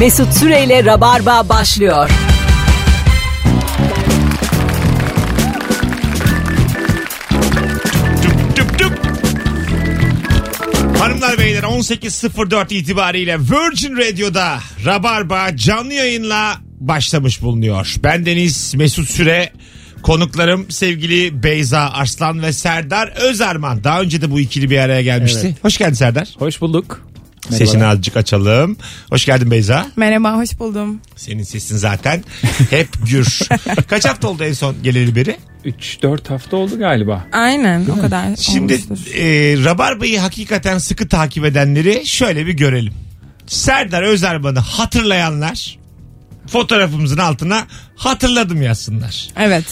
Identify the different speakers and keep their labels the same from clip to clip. Speaker 1: Mesut Süreyle Rabarba başlıyor.
Speaker 2: Tüp tüp tüp. Hanımlar beyler 18.04 itibariyle Virgin Radio'da Rabarba canlı yayınla başlamış bulunuyor. Ben Deniz Mesut Süre konuklarım sevgili Beyza Arslan ve Serdar Özerman. Daha önce de bu ikili bir araya gelmişti. Hoş geldin Serdar.
Speaker 3: Hoş bulduk.
Speaker 2: Sesini azıcık açalım. Hoş geldin Beyza.
Speaker 4: Merhaba, hoş buldum.
Speaker 2: Senin sesin zaten hep gür. Kaç hafta oldu en son geleli beri?
Speaker 3: 3-4 hafta oldu galiba.
Speaker 4: Aynen, o kadar
Speaker 2: Şimdi
Speaker 4: olmuştur.
Speaker 2: e, Rabarba'yı hakikaten sıkı takip edenleri şöyle bir görelim. Serdar Özerman'ı hatırlayanlar fotoğrafımızın altına hatırladım yazsınlar.
Speaker 4: Evet,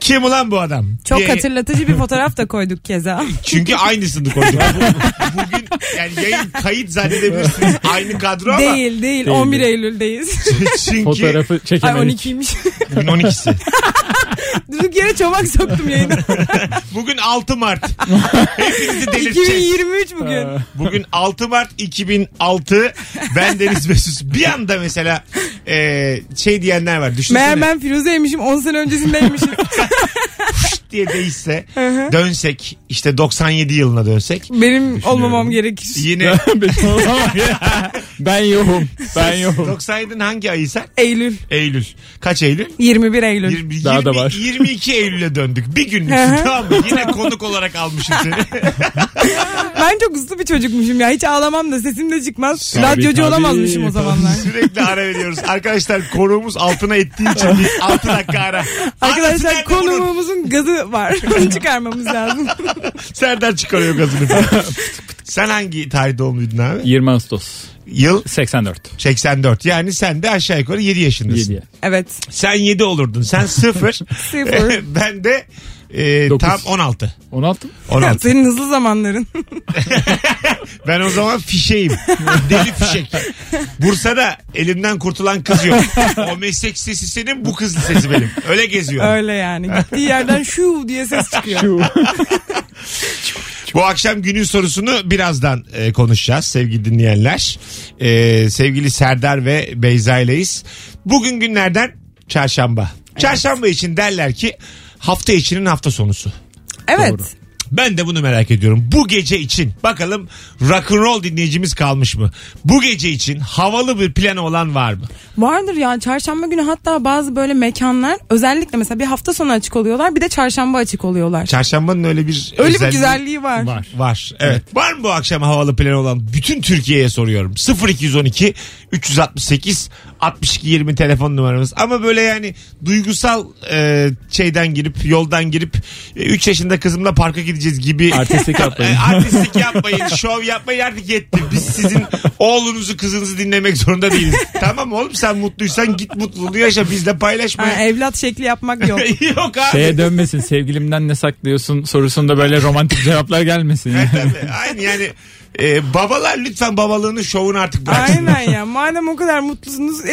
Speaker 2: Kim ulan bu adam?
Speaker 4: çok
Speaker 2: diye-
Speaker 4: hatırlatıcı bir fotoğraf da koyduk keza.
Speaker 2: Çünkü aynısını koyduk. Bu- bu- Bugün yani yayın kayıt zannedebilirsiniz aynı kadro ama.
Speaker 4: değil, değil, 11 Eylül'deyiz.
Speaker 2: Çünkü
Speaker 3: Fotoğrafı
Speaker 4: Ay
Speaker 3: çekemedik.
Speaker 4: 12'ymiş.
Speaker 2: bugün 12'si.
Speaker 4: Durduk yere çomak soktum yayına.
Speaker 2: Bugün 6 Mart. Hepinizi delirteceğiz.
Speaker 4: 2023 bugün.
Speaker 2: Bugün 6 Mart 2006 ben Deniz Mesut. Bir anda mesela e, şey diyenler var. Düşünsene
Speaker 4: Meğer ben Firuze'ymişim, 10 sene öncesindeymişim.
Speaker 2: pşt diye değişse dönsek işte 97 yılına dönsek
Speaker 4: Benim olmamam gerekir.
Speaker 2: yine
Speaker 3: Benim olamam ya. ben yokum. Ben yokum.
Speaker 2: 97'nin hangi ayı sen?
Speaker 4: Eylül,
Speaker 2: Eylül. Kaç Eylül?
Speaker 4: 21 Eylül.
Speaker 2: Yirmi-
Speaker 3: Daha da
Speaker 2: yirmi-
Speaker 3: var.
Speaker 2: 22 Eylül'e döndük. Bir günlük tamam mı? Yine konuk olarak almışım seni.
Speaker 4: Ben çok uslu bir çocukmuşum ya. Hiç ağlamam da sesim de çıkmaz.
Speaker 3: Tabii,
Speaker 4: Radyocu
Speaker 3: tabii.
Speaker 4: olamazmışım o zamanlar.
Speaker 2: Sürekli ara veriyoruz. Arkadaşlar konuğumuz altına ettiği için bir 6 dakika ara. Arası
Speaker 4: Arkadaşlar
Speaker 2: nerede bunun?
Speaker 4: konuğumuzun gazı var. Onu çıkarmamız lazım.
Speaker 2: Serdar çıkarıyor gazını. sen hangi tarih doğumluydun abi?
Speaker 3: 20 Ağustos
Speaker 2: Yıl
Speaker 3: 84.
Speaker 2: 84. Yani sen de aşağı yukarı 7 yaşındasın.
Speaker 3: 7'ye.
Speaker 4: Evet.
Speaker 2: Sen 7 olurdun. Sen 0.
Speaker 4: Sıfır.
Speaker 2: ben de e,
Speaker 3: Dokuz.
Speaker 2: tam 16.
Speaker 3: 16 mı?
Speaker 2: 16.
Speaker 4: Senin hızlı zamanların.
Speaker 2: ben o zaman fişeyim. Deli fişek. Bursa'da elimden kurtulan kız yok. O meslek sesi senin bu kız sesi benim. Öyle geziyor.
Speaker 4: Öyle yani. Gittiği yerden şu diye ses çıkıyor.
Speaker 3: Şu.
Speaker 2: Bu akşam günün sorusunu birazdan e, konuşacağız sevgili dinleyenler. E, sevgili Serdar ve Beyza ileyiz. Bugün günlerden çarşamba. Çarşamba için derler ki hafta içinin hafta sonusu.
Speaker 4: Evet.
Speaker 3: Doğru.
Speaker 2: Ben de bunu merak ediyorum. Bu gece için bakalım rock'n'roll dinleyicimiz kalmış mı? Bu gece için havalı bir planı olan var mı?
Speaker 4: Vardır ya çarşamba günü hatta bazı böyle mekanlar özellikle mesela bir hafta sonu açık oluyorlar bir de çarşamba açık oluyorlar.
Speaker 2: Çarşambanın öyle bir
Speaker 4: Öyle
Speaker 2: özelliği
Speaker 4: bir güzelliği var.
Speaker 3: Var.
Speaker 2: Var. Evet. Var mı bu akşam havalı planı olan? Bütün Türkiye'ye soruyorum. 0212 368 62 20 telefon numaramız. Ama böyle yani duygusal e, şeyden girip yoldan girip 3 yaşında kızımla parka gideceğiz gibi
Speaker 3: Artistlik yapmayın.
Speaker 2: E, artistlik yapmayın, şov yapmayın artık yetti. Biz sizin oğlunuzu kızınızı dinlemek zorunda değiliz. tamam oğlum sen mutluysan git mutluluğunu yaşa bizle
Speaker 4: Ha,
Speaker 2: paylaşma.
Speaker 4: evlat şekli yapmak e, yok.
Speaker 2: Yok abi.
Speaker 3: Şeye dönmesin sevgilimden ne saklıyorsun sorusunda böyle romantik cevaplar gelmesin. ya.
Speaker 2: Tabii, aynı yani e, babalar lütfen babalığını şovunu artık bıraksın.
Speaker 4: Aynen ya madem o kadar mutlusunuz e,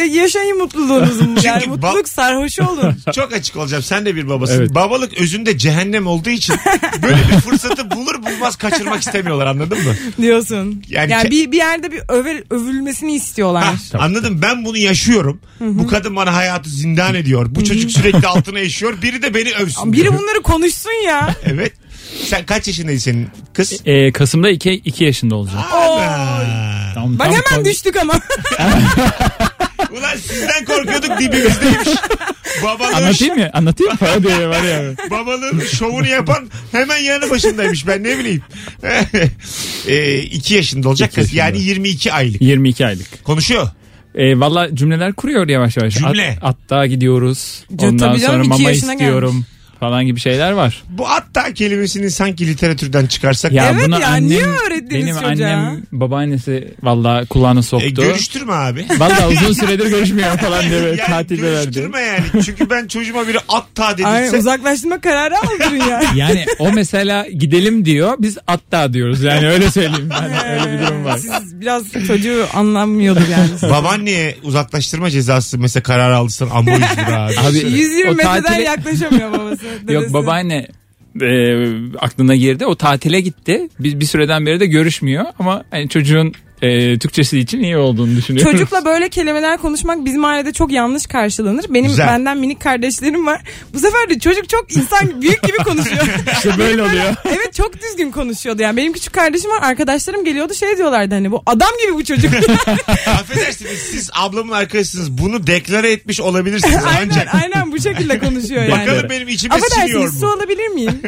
Speaker 4: yaşayın mutluluğunuzu. Yani
Speaker 2: ba-
Speaker 4: mutluluk sarhoşu olun.
Speaker 2: Çok açık olacağım sen de bir babasın.
Speaker 3: Evet.
Speaker 2: Babalık özünde cehennem olduğu için böyle bir fırsatı bulur bulmaz kaçırmak istemiyorlar anladın mı?
Speaker 4: diyorsun.
Speaker 2: Yani
Speaker 4: Yani,
Speaker 2: ke-
Speaker 4: bir, bir yerde bir öve, övülmesini istiyorlar.
Speaker 3: Ah,
Speaker 2: Ha, anladım ben bunu yaşıyorum. Bu kadın bana hayatı zindan ediyor. Bu çocuk sürekli altına eşiyor. Biri de beni övsün.
Speaker 4: Biri
Speaker 2: diyor.
Speaker 4: bunları konuşsun ya.
Speaker 2: Evet. Sen kaç yaşındaydın senin kız?
Speaker 3: Ee, Kasım'da 2, 2 yaşında olacak.
Speaker 2: Ana.
Speaker 3: Tam,
Speaker 4: Bak
Speaker 3: tam-
Speaker 4: hemen
Speaker 3: tam-
Speaker 4: düştük ama.
Speaker 2: Ulan sizden korkuyorduk dibimizdeymiş. Babalığın,
Speaker 3: Anlatayım mı? Anlatayım mı? Falan diye var ya.
Speaker 2: babalığın şovunu yapan hemen yanı başındaymış ben ne bileyim. 2 yaşında olacak
Speaker 3: İki
Speaker 2: kız
Speaker 3: yaşında.
Speaker 2: yani 22 aylık.
Speaker 3: 22 aylık.
Speaker 2: Konuşuyor.
Speaker 3: E, Valla cümleler kuruyor yavaş yavaş.
Speaker 2: Cümle.
Speaker 3: At, hatta gidiyoruz.
Speaker 4: Ya
Speaker 3: Ondan
Speaker 4: tabii canım,
Speaker 3: sonra
Speaker 4: iki
Speaker 3: mama
Speaker 4: yaşına
Speaker 3: istiyorum falan gibi şeyler var.
Speaker 2: Bu hatta kelimesini sanki literatürden çıkarsak
Speaker 3: Ya
Speaker 4: Evet
Speaker 3: bunu
Speaker 4: ya,
Speaker 3: annem,
Speaker 4: niye öğrettiniz
Speaker 3: Benim
Speaker 4: çocuğa?
Speaker 3: annem babaannesi valla kulağına
Speaker 2: E,
Speaker 3: soktu.
Speaker 2: görüştürme abi.
Speaker 3: Valla uzun süredir görüşmüyor falan diye böyle
Speaker 2: Yani
Speaker 3: tatilde verdi.
Speaker 2: görüştürme yani. Çünkü ben çocuğuma biri atta
Speaker 4: Ay,
Speaker 2: dedirtse
Speaker 4: uzaklaştırma kararı aldın ya.
Speaker 3: Yani o mesela gidelim diyor biz hatta diyoruz yani öyle söyleyeyim ben öyle bir durum var.
Speaker 4: Siz biraz çocuğu anlamıyordur yani.
Speaker 2: babaanneye uzaklaştırma cezası mesela karar aldıysan amma 100 lira abi.
Speaker 3: Abi,
Speaker 4: 120
Speaker 3: o
Speaker 4: metreden
Speaker 3: tatile-
Speaker 4: yaklaşamıyor babası.
Speaker 3: Yok
Speaker 4: dedesi.
Speaker 3: babaanne e, aklına girdi o tatile gitti bir, bir süreden beri de görüşmüyor ama hani çocuğun e, Türkçesi için iyi olduğunu düşünüyorum.
Speaker 4: Çocukla böyle kelimeler konuşmak bizim ailede çok yanlış karşılanır. Benim
Speaker 2: Güzel.
Speaker 4: benden minik kardeşlerim var. Bu sefer de çocuk çok insan büyük gibi konuşuyor.
Speaker 3: İşte böyle oluyor.
Speaker 4: evet çok düzgün konuşuyordu yani. Benim küçük kardeşim var. Arkadaşlarım geliyordu şey diyorlardı hani bu adam gibi bu çocuk.
Speaker 2: Affedersiniz siz ablamın arkadaşısınız. Bunu deklare etmiş olabilirsiniz
Speaker 4: aynen,
Speaker 2: ancak.
Speaker 4: aynen bu şekilde konuşuyor yani.
Speaker 2: Bakalım benim içime siniyor
Speaker 4: Affedersiniz su
Speaker 2: mu?
Speaker 4: alabilir miyim?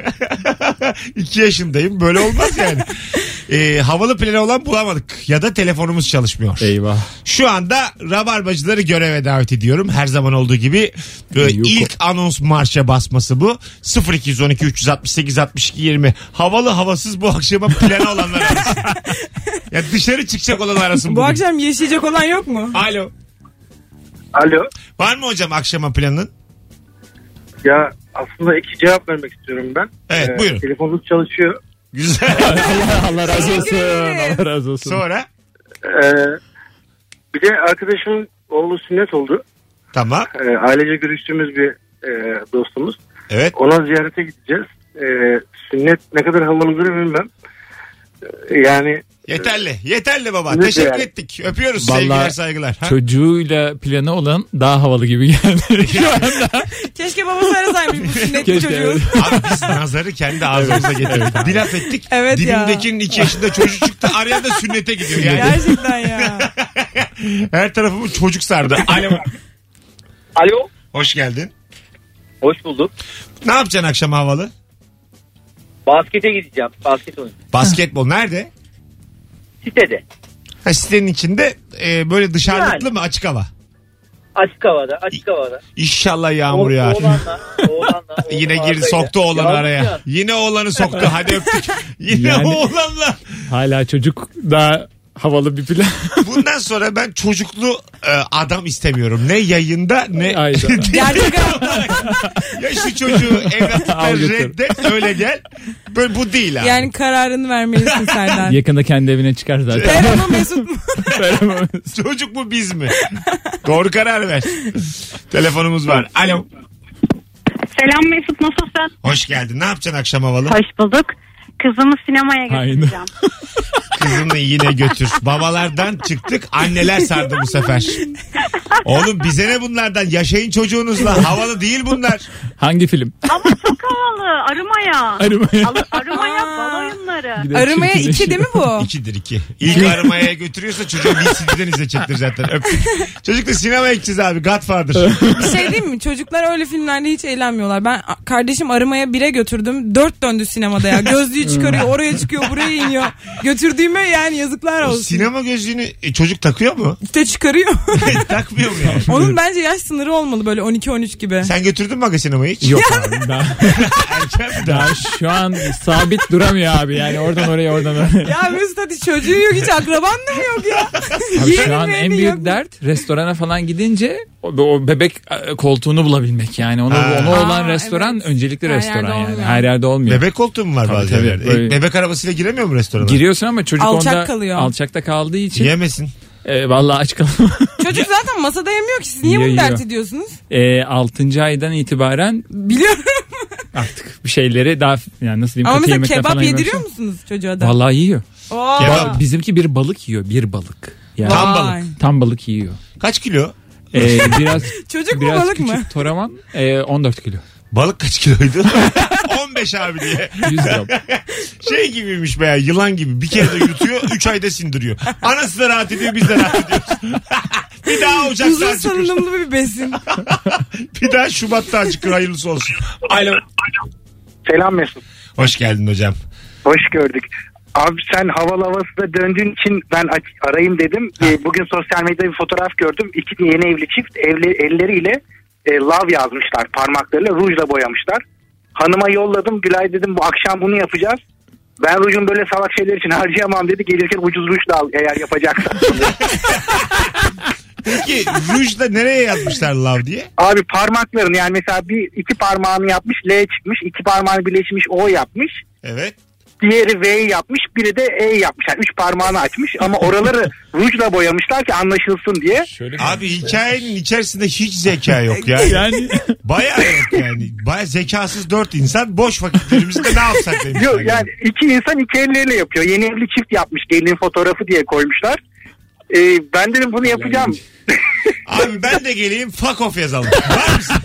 Speaker 2: 2 yaşındayım böyle olmaz yani. Ee, havalı planı olan bulamadık ya da telefonumuz çalışmıyor.
Speaker 3: Eyvah.
Speaker 2: Şu anda rabarbacıları göreve davet ediyorum. Her zaman olduğu gibi böyle
Speaker 3: Yuko.
Speaker 2: ilk anons marşa basması bu. 0212 368 62 20. Havalı havasız bu akşama planı olanlar arasın. ya dışarı çıkacak olan arasın.
Speaker 4: bu
Speaker 2: bugün.
Speaker 4: akşam yaşayacak olan yok mu?
Speaker 2: Alo.
Speaker 5: Alo.
Speaker 2: Var mı hocam akşama planın?
Speaker 5: Ya aslında iki cevap vermek istiyorum ben.
Speaker 2: Evet, buyurun.
Speaker 5: Telefonumuz çalışıyor.
Speaker 2: Güzel.
Speaker 3: Allah, Allah razı olsun.
Speaker 4: ederim.
Speaker 3: Allah razı olsun.
Speaker 2: Sonra
Speaker 5: Ee, bir de arkadaşımın oğlu sünnet oldu.
Speaker 2: tamam.
Speaker 5: Ee, ailece görüştüğümüz bir e, dostumuz.
Speaker 2: Evet.
Speaker 5: Ona ziyarete gideceğiz. Ee, sünnet ne kadar havalı olur bilmem. Ee, yani
Speaker 2: Yeterli. Yeterli baba.
Speaker 5: Nedir
Speaker 2: Teşekkür
Speaker 5: yani?
Speaker 2: ettik. Öpüyoruz.
Speaker 3: Vallahi-
Speaker 2: Sevgiler saygılar. Ha?
Speaker 3: Çocuğuyla planı olan daha havalı gibi geldi. Şu anda.
Speaker 4: Keşke babası arasaymış bu sünnetli
Speaker 3: Keşke,
Speaker 4: çocuğu.
Speaker 3: evet.
Speaker 2: Abi biz nazarı kendi ağzımıza getirdik. Bir laf ettik.
Speaker 4: Evet ya.
Speaker 2: Dilimdekinin 2 yaşında çocuğu çıktı. Araya da sünnete gidiyor. Yani
Speaker 4: Gerçekten ya.
Speaker 2: her tarafımı çocuk sardı. Alo.
Speaker 6: Alo.
Speaker 2: Hoş geldin.
Speaker 6: Hoş bulduk.
Speaker 2: Ne yapacaksın akşam havalı?
Speaker 6: Baskete gideceğim. Basket oynayacağım.
Speaker 2: Basketbol nerede?
Speaker 6: Sitede.
Speaker 2: Ha, sitenin içinde e, böyle dışarılıklı
Speaker 6: Yani.
Speaker 2: mı açık hava?
Speaker 6: Açık havada. Açık havada.
Speaker 2: İnşallah yağmur yağar.
Speaker 6: Oğlanla. Oğlanla.
Speaker 2: Yine
Speaker 6: oğlan
Speaker 2: girdi
Speaker 6: oradaydı.
Speaker 2: soktu oğlanı
Speaker 6: Yavrum
Speaker 2: araya.
Speaker 6: ya.
Speaker 2: Yine oğlanı soktu. Hadi öptük. Yine
Speaker 3: Yani-
Speaker 2: oğlanla.
Speaker 3: Hala çocuk daha havalı bir plan.
Speaker 2: Bundan sonra ben çocuklu e, adam istemiyorum. Ne yayında ne
Speaker 3: Ayda.
Speaker 4: Gerçek hayatta.
Speaker 2: ya şu çocuğu evlatlıktan
Speaker 3: Al götür.
Speaker 2: reddet öyle gel. Böyle bu değil abi.
Speaker 4: Yani kararını vermelisin Serdar.
Speaker 3: Yakında kendi evine çıkar zaten.
Speaker 4: Ben ama Mesut mu?
Speaker 2: Çocuk mu biz mi? Doğru karar ver. Telefonumuz var. Alo.
Speaker 7: Selam Mesut nasılsın?
Speaker 2: Hoş geldin. Ne yapacaksın akşam havalı?
Speaker 7: Hoş bulduk. Kızımı sinemaya
Speaker 3: Aynen.
Speaker 7: götüreceğim.
Speaker 2: Kızını yine götür. Babalardan çıktık. Anneler sardı bu sefer. Oğlum bize ne bunlardan? Yaşayın çocuğunuzla. Havalı değil bunlar.
Speaker 3: Hangi film?
Speaker 7: Ama çok havalı. Arımaya.
Speaker 3: Arımaya.
Speaker 7: Al- Arımaya bal oyunları.
Speaker 4: Aramaya iki değil mi bu?
Speaker 2: İkidir iki. İlk aramaya götürüyorsa çocuğu VCD'den izleyecektir zaten. Öptük. Çocukla sinemaya gideceğiz abi. Godfather.
Speaker 4: Bir şey diyeyim mi? Çocuklar öyle filmlerde hiç eğlenmiyorlar. Ben a- kardeşim arımaya bire götürdüm. Dört döndü sinemada ya. Gözlüğü
Speaker 3: Hmm.
Speaker 4: çıkarıyor. Oraya çıkıyor. Buraya iniyor. Götürdüğüme yani yazıklar
Speaker 2: O
Speaker 4: olsun.
Speaker 2: sinema gözlüğünü e, çocuk takıyor mu?
Speaker 4: İşte çıkarıyor.
Speaker 2: Takmıyor mu yani?
Speaker 4: Onun bence yaş sınırı olmalı böyle 12-13 gibi.
Speaker 2: Sen götürdün mü aga sinemaya hiç?
Speaker 3: Yok abi daha,
Speaker 2: Erken mi?
Speaker 3: daha şu an sabit duramıyor abi yani oradan oraya oradan oraya.
Speaker 4: Ya Mesut hadi çocuğu yok hiç akraban da mı yok ya?
Speaker 3: Abi şu
Speaker 4: Yeğenin
Speaker 3: an en
Speaker 4: yeğenin
Speaker 3: büyük
Speaker 4: yok.
Speaker 3: dert restorana falan gidince o, o bebek e, koltuğunu bulabilmek yani onu
Speaker 2: Ha.
Speaker 3: onu olan
Speaker 4: Aa,
Speaker 3: restoran
Speaker 4: evet.
Speaker 3: öncelikli
Speaker 4: Her
Speaker 3: restoran
Speaker 4: yerde
Speaker 3: yani
Speaker 4: olmuyor.
Speaker 3: her yerde olmuyor.
Speaker 2: Bebek koltuğu mu var
Speaker 3: Tabii,
Speaker 2: bazen?
Speaker 3: tabii.
Speaker 2: E,
Speaker 3: Böyle-
Speaker 2: Bebek arabasıyla giremiyor mu restorana?
Speaker 3: Giriyorsun ama çocuk
Speaker 4: Alçak
Speaker 3: onda
Speaker 4: kalıyor.
Speaker 3: alçakta kaldığı için
Speaker 2: Yemesin.
Speaker 3: e, vallahi aç kalıyor.
Speaker 4: Çocuk zaten masada yemiyor ki siz niye
Speaker 3: Yiyor,
Speaker 4: bunu dert
Speaker 3: yiyor.
Speaker 4: ediyorsunuz?
Speaker 3: e, 6. aydan itibaren
Speaker 4: Biliyorum
Speaker 3: artık bir şeyleri daha yani nasıl diyeyim
Speaker 4: ama
Speaker 3: katı
Speaker 4: mesela
Speaker 3: yemekler
Speaker 4: kebap
Speaker 3: falan yemek-
Speaker 4: yediriyor musunuz çocuğa da?
Speaker 3: Vallahi yiyor.
Speaker 4: Oo.
Speaker 2: Kebap.
Speaker 3: Bizimki bir balık yiyor bir balık. Yani
Speaker 2: Tam
Speaker 4: Vay.
Speaker 2: balık.
Speaker 3: tam balık yiyor.
Speaker 2: Kaç kilo?
Speaker 3: E, biraz
Speaker 4: Çocuk mu
Speaker 3: biraz
Speaker 4: balık
Speaker 3: küçük
Speaker 4: mı?
Speaker 3: toraman e, 14 kilo.
Speaker 2: Balık kaç kiloydu? 15 abi diye.
Speaker 3: 100 gram.
Speaker 2: Şey gibiymiş be ya, yılan gibi. Bir kere de yutuyor 3 ayda sindiriyor. Anası da rahat ediyor biz de rahat ediyoruz. bir daha
Speaker 4: Uzun
Speaker 2: Ocak'tan çıkıyor.
Speaker 4: salınımlı bir besin.
Speaker 2: Bir daha Şubat'tan çıkıyor hayırlısı olsun. Alo.
Speaker 5: selam Mesut.
Speaker 2: Hoş geldin hocam.
Speaker 5: Hoş gördük. Abi sen havalı havasına döndüğün için ben aç- arayayım dedim. Ee, bugün sosyal medyada bir fotoğraf gördüm. İki yeni evli çift evli, elleriyle e, love yazmışlar parmaklarıyla rujla boyamışlar. Hanıma yolladım Gülay dedim bu akşam bunu yapacağız. Ben rujun böyle salak şeyler için harcayamam dedi. Gelirken ucuz rujla al eğer yapacaksan.
Speaker 2: Peki rujda nereye yazmışlar love diye?
Speaker 5: Abi parmakların yani mesela bir iki parmağını yapmış L çıkmış. iki parmağını birleşmiş O yapmış.
Speaker 2: Evet.
Speaker 5: diğeri V yapmış biri de E yapmış. Yani üç parmağını açmış ama oraları rujla boyamışlar ki anlaşılsın diye.
Speaker 3: Şöyle
Speaker 2: Abi hikayenin içerisinde hiç zeka yok ya.
Speaker 3: yani
Speaker 2: Baya yok yani. Baya zekasız dört insan boş vakitlerimizde ne yapsak demişler.
Speaker 5: Yok yani iki insan iki elleriyle yapıyor. Yeni evli çift yapmış gelinin fotoğrafı diye koymuşlar. Ee, ben dedim bunu yapacağım.
Speaker 2: Abi ben de geleyim fuck off yazalım. Var mısın?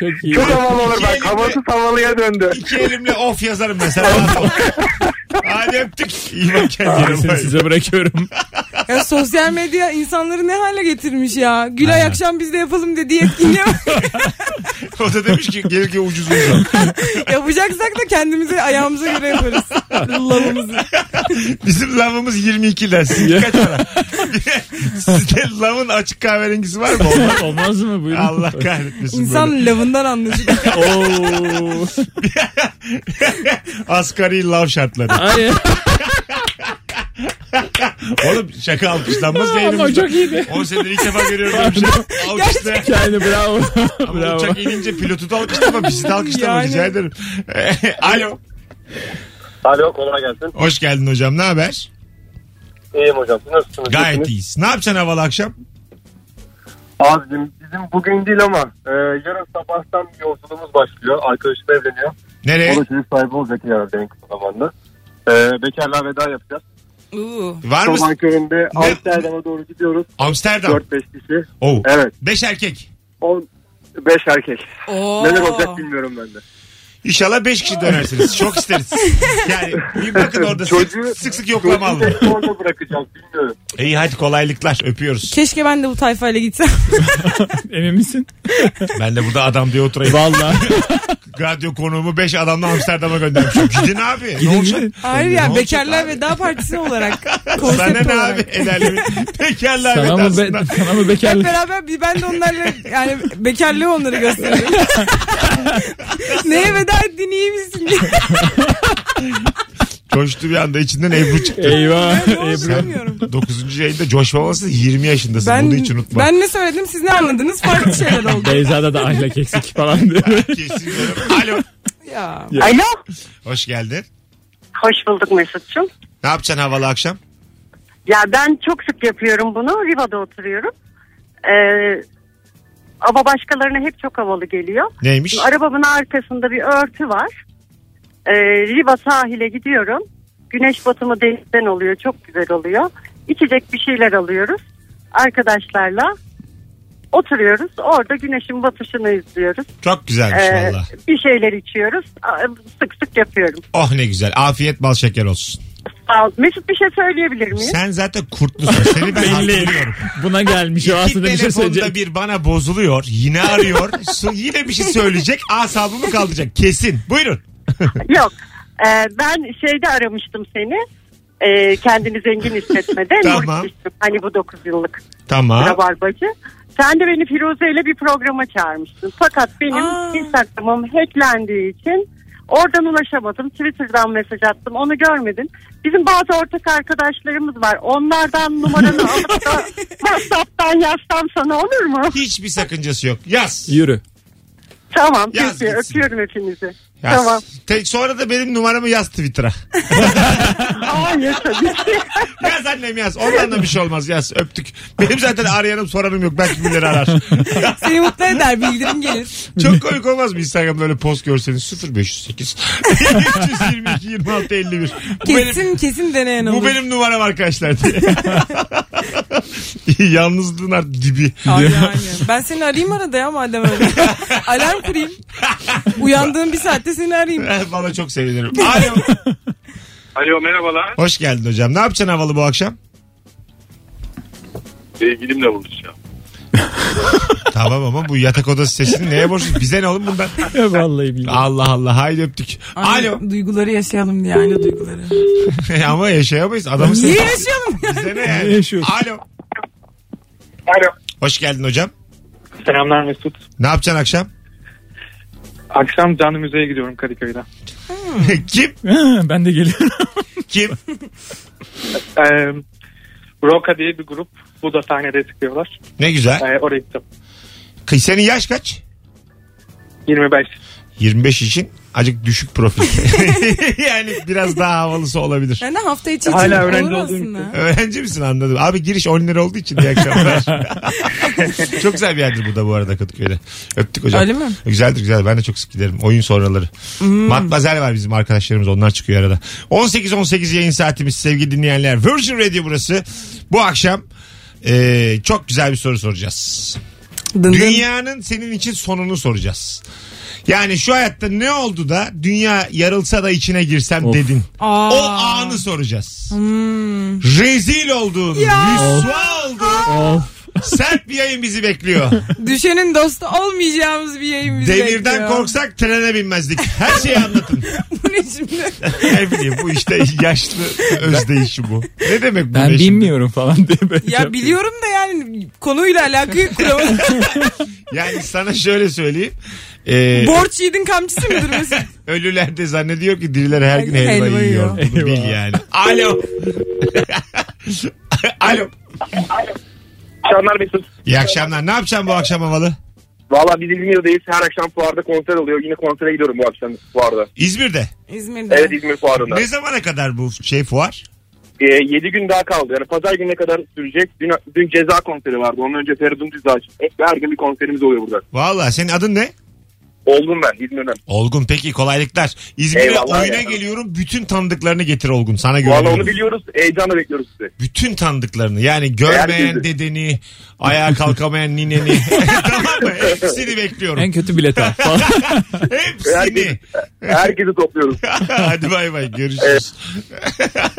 Speaker 3: çok iyi.
Speaker 5: Çok havalı olur
Speaker 2: İki
Speaker 5: bak.
Speaker 2: elimle-
Speaker 5: Havası havalıya döndü.
Speaker 2: İki elimle off yazarım mesela. Rahat ol. Hadi öptük. İyi bak kendine.
Speaker 3: Gerisini
Speaker 2: Bay bay.
Speaker 3: size bırakıyorum.
Speaker 4: Ya sosyal medya insanları ne hale getirmiş ya. Gülay akşam biz de yapalım dediği etkinliğe
Speaker 2: O da demiş ki gelirken ucuz ucuz.
Speaker 4: yapacaksak da kendimize ayağımıza göre yaparız. Lavımızı.
Speaker 2: Bizim lavımız 22 lira. Sizin kaç para? Sizde lavın açık kahverengisi var mı? Olmaz.
Speaker 3: Olmaz mı? Buyurun.
Speaker 2: Allah kahretmesin böyle.
Speaker 4: İnsan lavından anlaşılıyor.
Speaker 3: Oo.
Speaker 2: Asgari lav şartları.
Speaker 3: Ay,
Speaker 2: Oğlum şaka alkışlanmaz yayınımızda.
Speaker 3: ama çok iyiydi.
Speaker 2: 10 senedir ilk defa görüyorum böyle bir şey. Alkışla.
Speaker 3: Yani bravo.
Speaker 2: Ama
Speaker 3: bravo.
Speaker 2: uçak inince pilotu da alkışlama bizi de alkışlama
Speaker 4: Yani.
Speaker 2: rica ederim. Alo.
Speaker 8: Alo kolay gelsin.
Speaker 2: Hoş geldin hocam ne haber?
Speaker 8: İyiyim hocam. Siz Nasılsınız?
Speaker 2: Gayet
Speaker 8: İyisiniz?
Speaker 2: iyiyiz. Ne yapacaksın havalı akşam?
Speaker 8: Abicim bizim bugün değil ama e, yarın sabahtan bir yolculuğumuz başlıyor. Arkadaşım evleniyor.
Speaker 2: Nereye?
Speaker 8: O da çocuk sahibi olacak herhalde en kısa zamanda. E, bekarlığa veda yapacağız.
Speaker 4: Uuu.
Speaker 2: Var mısın?
Speaker 8: Sabah köründe Amsterdam'a doğru gidiyoruz.
Speaker 2: Amsterdam.
Speaker 8: 4-5 kişi.
Speaker 2: Oh.
Speaker 8: Evet.
Speaker 2: Beş erkek.
Speaker 8: 10 5 erkek.
Speaker 4: Oo.
Speaker 8: Neler olacak bilmiyorum ben de.
Speaker 2: İnşallah beş kişi dönersiniz. Çok isteriz. Yani bir bakın orada
Speaker 8: Çocuğu-
Speaker 2: sık, sık sık yoklama
Speaker 8: Çocuğu
Speaker 2: alın.
Speaker 8: tek orada bırakacağım bilmiyorum.
Speaker 2: İyi hadi kolaylıklar öpüyoruz.
Speaker 4: Keşke ben de bu tayfayla gitsem.
Speaker 3: Emin misin?
Speaker 2: Ben de burada adam diye oturayım.
Speaker 3: Valla.
Speaker 2: Radyo konuğumu beş adamla Amsterdam'a göndermişim. Gidin abi.
Speaker 3: Gidin,
Speaker 2: ne olacak?
Speaker 3: gidin.
Speaker 4: Hayır
Speaker 2: Ne
Speaker 4: ya
Speaker 2: olacak
Speaker 4: bekarlar
Speaker 2: abi?
Speaker 4: veda partisi olarak.
Speaker 2: Sana
Speaker 4: Konsept
Speaker 2: ne
Speaker 4: olarak.
Speaker 2: abi? Ederlemin. Bekarlar
Speaker 3: Sana mı,
Speaker 2: vedasında.
Speaker 3: be, sana mı
Speaker 4: Hep
Speaker 3: bekarlık?
Speaker 4: beraber bir- ben de onlarla yani bekarlığı onları gösteririm. Neye veda ettiğini iyi misin?
Speaker 2: Coştu bir anda içinden Ebru çıktı.
Speaker 3: Eyvah.
Speaker 4: Ne oldu
Speaker 3: Ebru.
Speaker 4: bilmiyorum.
Speaker 2: 9. yayında coşmaması 20 yaşındasın.
Speaker 4: Ben,
Speaker 2: Bunu hiç unutma.
Speaker 4: ben ne söyledim siz ne anladınız farklı şeyler oldu.
Speaker 3: Beyza'da da ahlak eksik falan diyor.
Speaker 2: Kesin. diyorum. Alo.
Speaker 4: Ya.
Speaker 7: Alo.
Speaker 2: Hoş geldin.
Speaker 7: Hoş bulduk Mesut'cum.
Speaker 2: Ne yapacaksın havalı akşam?
Speaker 7: Ya ben çok sık yapıyorum bunu. Riva'da oturuyorum. Ee, ama başkalarına hep çok havalı geliyor.
Speaker 2: Neymiş?
Speaker 7: Arabamın arkasında bir örtü var. Ee, Riva sahile gidiyorum. Güneş batımı denizden oluyor. Çok güzel oluyor. İçecek bir şeyler alıyoruz. Arkadaşlarla oturuyoruz. Orada güneşin batışını izliyoruz.
Speaker 2: Çok güzelmiş
Speaker 7: Ee,
Speaker 2: valla.
Speaker 7: bir şeyler içiyoruz. Aa, Sık sık yapıyorum.
Speaker 2: Oh ne güzel. Afiyet bal şeker olsun.
Speaker 7: Sağ ol. Mesut bir şey söyleyebilir miyim?
Speaker 2: Sen zaten kurtlusun. Seni ben
Speaker 3: Belli.
Speaker 2: hatırlıyorum.
Speaker 3: Buna gelmiş. O
Speaker 2: İki
Speaker 3: aslında bir şey
Speaker 2: telefonda
Speaker 3: söyleyecek.
Speaker 2: bir bana bozuluyor. Yine arıyor. su- yine bir şey söyleyecek. Asabımı kaldıracak. Kesin. Buyurun.
Speaker 7: Yok. Ee, ben şeyde aramıştım seni. Ee, kendini zengin hissetmede.
Speaker 2: Tamam.
Speaker 7: Nurçin'cim, Hani bu 9 yıllık
Speaker 2: Tamam.
Speaker 7: rabarbacı. Sen de beni Firuze ile bir programa çağırmıştın. Fakat benim
Speaker 4: Aa.
Speaker 7: Instagram'ım hacklendiği için oradan ulaşamadım. Twitter'dan mesaj attım. Onu görmedin. Bizim bazı ortak arkadaşlarımız var. Onlardan numaranı alıp da WhatsApp'tan yazsam sana olur mu?
Speaker 2: Hiçbir sakıncası yok. Yaz.
Speaker 3: Yürü.
Speaker 7: Tamam.
Speaker 2: Yaz
Speaker 7: peki.
Speaker 2: gitsin.
Speaker 7: Öpüyorum hepinizi.
Speaker 2: Yaz.
Speaker 7: Tamam.
Speaker 2: Te- sonra da benim numaramı yaz Twitter'a.
Speaker 7: Hayır tabii ki.
Speaker 2: Yaz annem yaz. Ondan da bir şey olmaz. Yaz. Öptük. Benim zaten arayanım soranım yok. Belki birileri arar.
Speaker 4: Seni mutlu eder bildirim gelir.
Speaker 2: Çok komik olmaz mı Instagram'da öyle post görseniz 0508 322 26 51. Bu benim,
Speaker 4: Kesin kesin deneyen olur.
Speaker 2: bu benim numaram arkadaşlar diye. Yalnızlığın artık dibi.
Speaker 4: Abi yani. Ben seni arayayım arada ya madem öyle. Alarm kurayım. Uyandığım bir saatte seni arayayım.
Speaker 2: Valla çok sevinirim. Alo.
Speaker 8: Alo merhabalar.
Speaker 2: Hoş geldin hocam. Ne yapacaksın havalı bu akşam?
Speaker 8: Sevgilimle buluşacağım.
Speaker 2: Tamam ama bu yatak odası sesini neye borçluyuz? Bize ne oğlum bundan?
Speaker 3: Ya Vallahi billahi.
Speaker 2: Allah Allah haydi öptük.
Speaker 4: Ay,
Speaker 2: Alo.
Speaker 4: Duyguları yaşayalım diye aynı duyguları.
Speaker 2: ama yaşayamayız. Adamın
Speaker 4: Niye
Speaker 2: sesi.
Speaker 4: yaşayalım ya?
Speaker 2: Bize ne yani?
Speaker 3: Niye yaşıyoruz?
Speaker 2: Alo.
Speaker 8: Alo.
Speaker 2: Hoş geldin hocam.
Speaker 8: Selamlar Mesut.
Speaker 2: Ne yapacaksın akşam?
Speaker 8: Akşam canlı müzeye gidiyorum Kadıköy'de.
Speaker 2: Kim?
Speaker 3: Ha, ben de geliyorum.
Speaker 2: Kim?
Speaker 8: Ee, Roka diye bir grup. Bu da sahnede çıkıyorlar.
Speaker 2: Ne güzel.
Speaker 8: Ee, oraya gittim.
Speaker 2: Kı- Senin yaş kaç?
Speaker 8: 25.
Speaker 2: 25 için Acık düşük profil. yani biraz daha havalısı olabilir.
Speaker 4: Yani hafta içi için
Speaker 8: Hala
Speaker 4: olur
Speaker 8: öğrenci olduğum
Speaker 4: aslında.
Speaker 2: Öğrenci misin anladım. Abi giriş 10 lira olduğu için iyi akşamlar. çok güzel bir yerdir bu da bu arada Kadıköy'de. Öptük hocam.
Speaker 4: Öyle mi? Hmm.
Speaker 2: Güzeldir güzel. Ben de çok sık giderim. Oyun sonraları. Matmazel var bizim arkadaşlarımız. Onlar çıkıyor arada. 18-18 yayın saatimiz sevgili dinleyenler. Virgin Radio burası. Bu akşam e, çok güzel bir soru soracağız.
Speaker 4: Dın dın.
Speaker 2: Dünyanın senin için sonunu soracağız. Yani şu hayatta ne oldu da dünya yarılsa da içine girsem
Speaker 3: Of.
Speaker 2: dedin.
Speaker 4: Aa. hmm.
Speaker 2: O anı soracağız. Rezil olduğun, rüsva olduğun
Speaker 3: Of.
Speaker 2: sert bir yayın bizi bekliyor.
Speaker 4: Düşenin dostu olmayacağımız bir yayın bizi
Speaker 2: Demirden
Speaker 4: bekliyor.
Speaker 2: korksak trene binmezdik. Her şeyi anlatın.
Speaker 4: Bu ne şimdi?
Speaker 2: ne bileyim bu işte yaşlı özdeyişi bu. Ne demek bu?
Speaker 3: Ben
Speaker 2: ne şimdi?
Speaker 3: bilmiyorum falan diye böyle
Speaker 4: ya
Speaker 3: yapıyor.
Speaker 4: biliyorum da yani konuyla alakayı kuramadım.
Speaker 2: Yani sana şöyle söyleyeyim. Ee,
Speaker 4: Borç yiğidin kamçısı mıdır Mesut?
Speaker 2: ölüler de zannediyor ki diriler her gün helva,
Speaker 4: Helva
Speaker 2: yiyor.
Speaker 3: yiyor.
Speaker 2: Bunu bil
Speaker 3: Eyvah.
Speaker 2: yani. Alo. Alo.
Speaker 8: Akşamlar Mesut.
Speaker 2: İyi akşamlar. Ne yapacaksın bu akşam havalı?
Speaker 8: Valla biz İzmir'deyiz. Her akşam fuarda konser oluyor. Yine konsere gidiyorum bu akşam fuarda.
Speaker 2: İzmir'de.
Speaker 4: İzmir'de.
Speaker 8: Evet İzmir fuarında.
Speaker 2: Ne zamana kadar bu şey fuar?
Speaker 8: Ee, 7 gün daha kaldı. Yani pazar gününe kadar sürecek. Dün, dün ceza konseri vardı. Ondan önce Feridun Düzdaş. Hep her gün bir konserimiz oluyor burada.
Speaker 2: Vallahi senin adın ne?
Speaker 8: Oldum ben İzmir'den.
Speaker 2: Olgun peki kolaylıklar. İzmir'e
Speaker 8: Eyvallah
Speaker 2: oyuna
Speaker 8: ya.
Speaker 2: geliyorum. Bütün tanıdıklarını getir Olgun. Sana
Speaker 8: Valla
Speaker 2: güveniyorum.
Speaker 8: onu biliyoruz. Heyecanla bekliyoruz sizi.
Speaker 2: Bütün tanıdıklarını yani görmeyen
Speaker 8: Herkesi.
Speaker 2: dedeni, ayağa kalkamayan nineni. tamam mı? Hepsini bekliyorum.
Speaker 3: En kötü bilet al falan.
Speaker 2: Hepsini.
Speaker 8: Herkesi, herkesi topluyoruz.
Speaker 2: Hadi bay bay görüşürüz.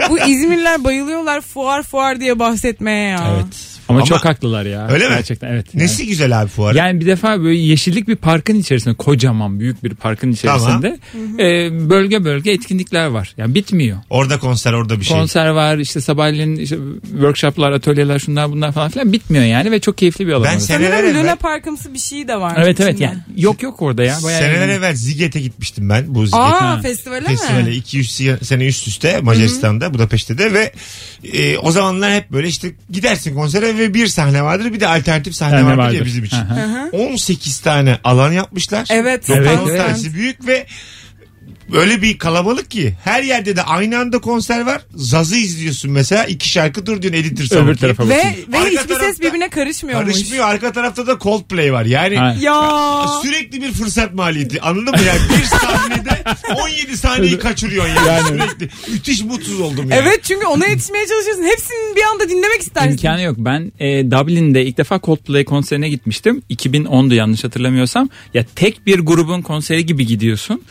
Speaker 4: Bu İzmirliler bayılıyorlar fuar fuar diye bahsetmeye ya.
Speaker 2: Evet.
Speaker 3: Ama, çok haklılar ya.
Speaker 2: Öyle mi?
Speaker 3: Gerçekten evet.
Speaker 2: Nesi güzel abi fuarı?
Speaker 3: Yani bir defa böyle yeşillik bir parkın içerisinde kocaman büyük bir parkın içerisinde e, bölge bölge etkinlikler var. Yani bitmiyor.
Speaker 2: Orada konser orada bir şey.
Speaker 3: Konser var işte sabahleyin işte workshoplar atölyeler şunlar bunlar falan filan bitmiyor yani ve çok keyifli bir alan.
Speaker 2: Ben
Speaker 3: orası.
Speaker 2: Seneler
Speaker 4: Sanırım
Speaker 2: evvel-
Speaker 4: Luna Parkımsı bir şey de var.
Speaker 3: Evet evet
Speaker 4: içinde.
Speaker 3: yani yok yok orada ya. Bayağı
Speaker 2: Seneler
Speaker 3: yani-
Speaker 2: evvel Ziget'e gitmiştim ben. Bu Ziget
Speaker 4: Aa festivale
Speaker 2: festivale
Speaker 4: mi?
Speaker 2: 200 si- sene üst üste Macaristan'da Budapeşte de ve e, o zamanlar hep böyle işte gidersin konsere ve bir sahne vardır bir de alternatif sahne
Speaker 3: Sahne
Speaker 2: vardır, ya
Speaker 3: vardır.
Speaker 2: bizim için.
Speaker 3: Hı
Speaker 2: 18 tane alan yapmışlar.
Speaker 4: Evet,
Speaker 2: Dokuz
Speaker 3: evet,
Speaker 2: tane
Speaker 3: evet.
Speaker 2: tanesi büyük ve Öyle bir kalabalık ki her yerde de aynı anda konser var. Zaz'ı izliyorsun mesela iki şarkı dur diyorsun editor sana.
Speaker 3: Öbür tarafa
Speaker 4: Ve,
Speaker 3: bakayım.
Speaker 4: ve
Speaker 2: Arka
Speaker 4: hiçbir ses
Speaker 2: tarafta-
Speaker 4: birbirine karışmıyormuş.
Speaker 2: Karışmıyor arka tarafta da Coldplay var. Yani
Speaker 3: Ha.
Speaker 4: Ya.
Speaker 2: E, sürekli bir fırsat maliyeti. Anladın mı? Yani bir sahnede 17 saniyeyi kaçırıyorsun yani, sürekli. Müthiş mutsuz oldum yani.
Speaker 4: Evet çünkü ona yetişmeye çalışıyorsun. Hepsini bir anda dinlemek istersin.
Speaker 3: İmkanı yok. Ben e, Dublin'de ilk defa Coldplay konserine gitmiştim. 2010'du yanlış hatırlamıyorsam. Ya tek bir grubun konseri gibi gidiyorsun.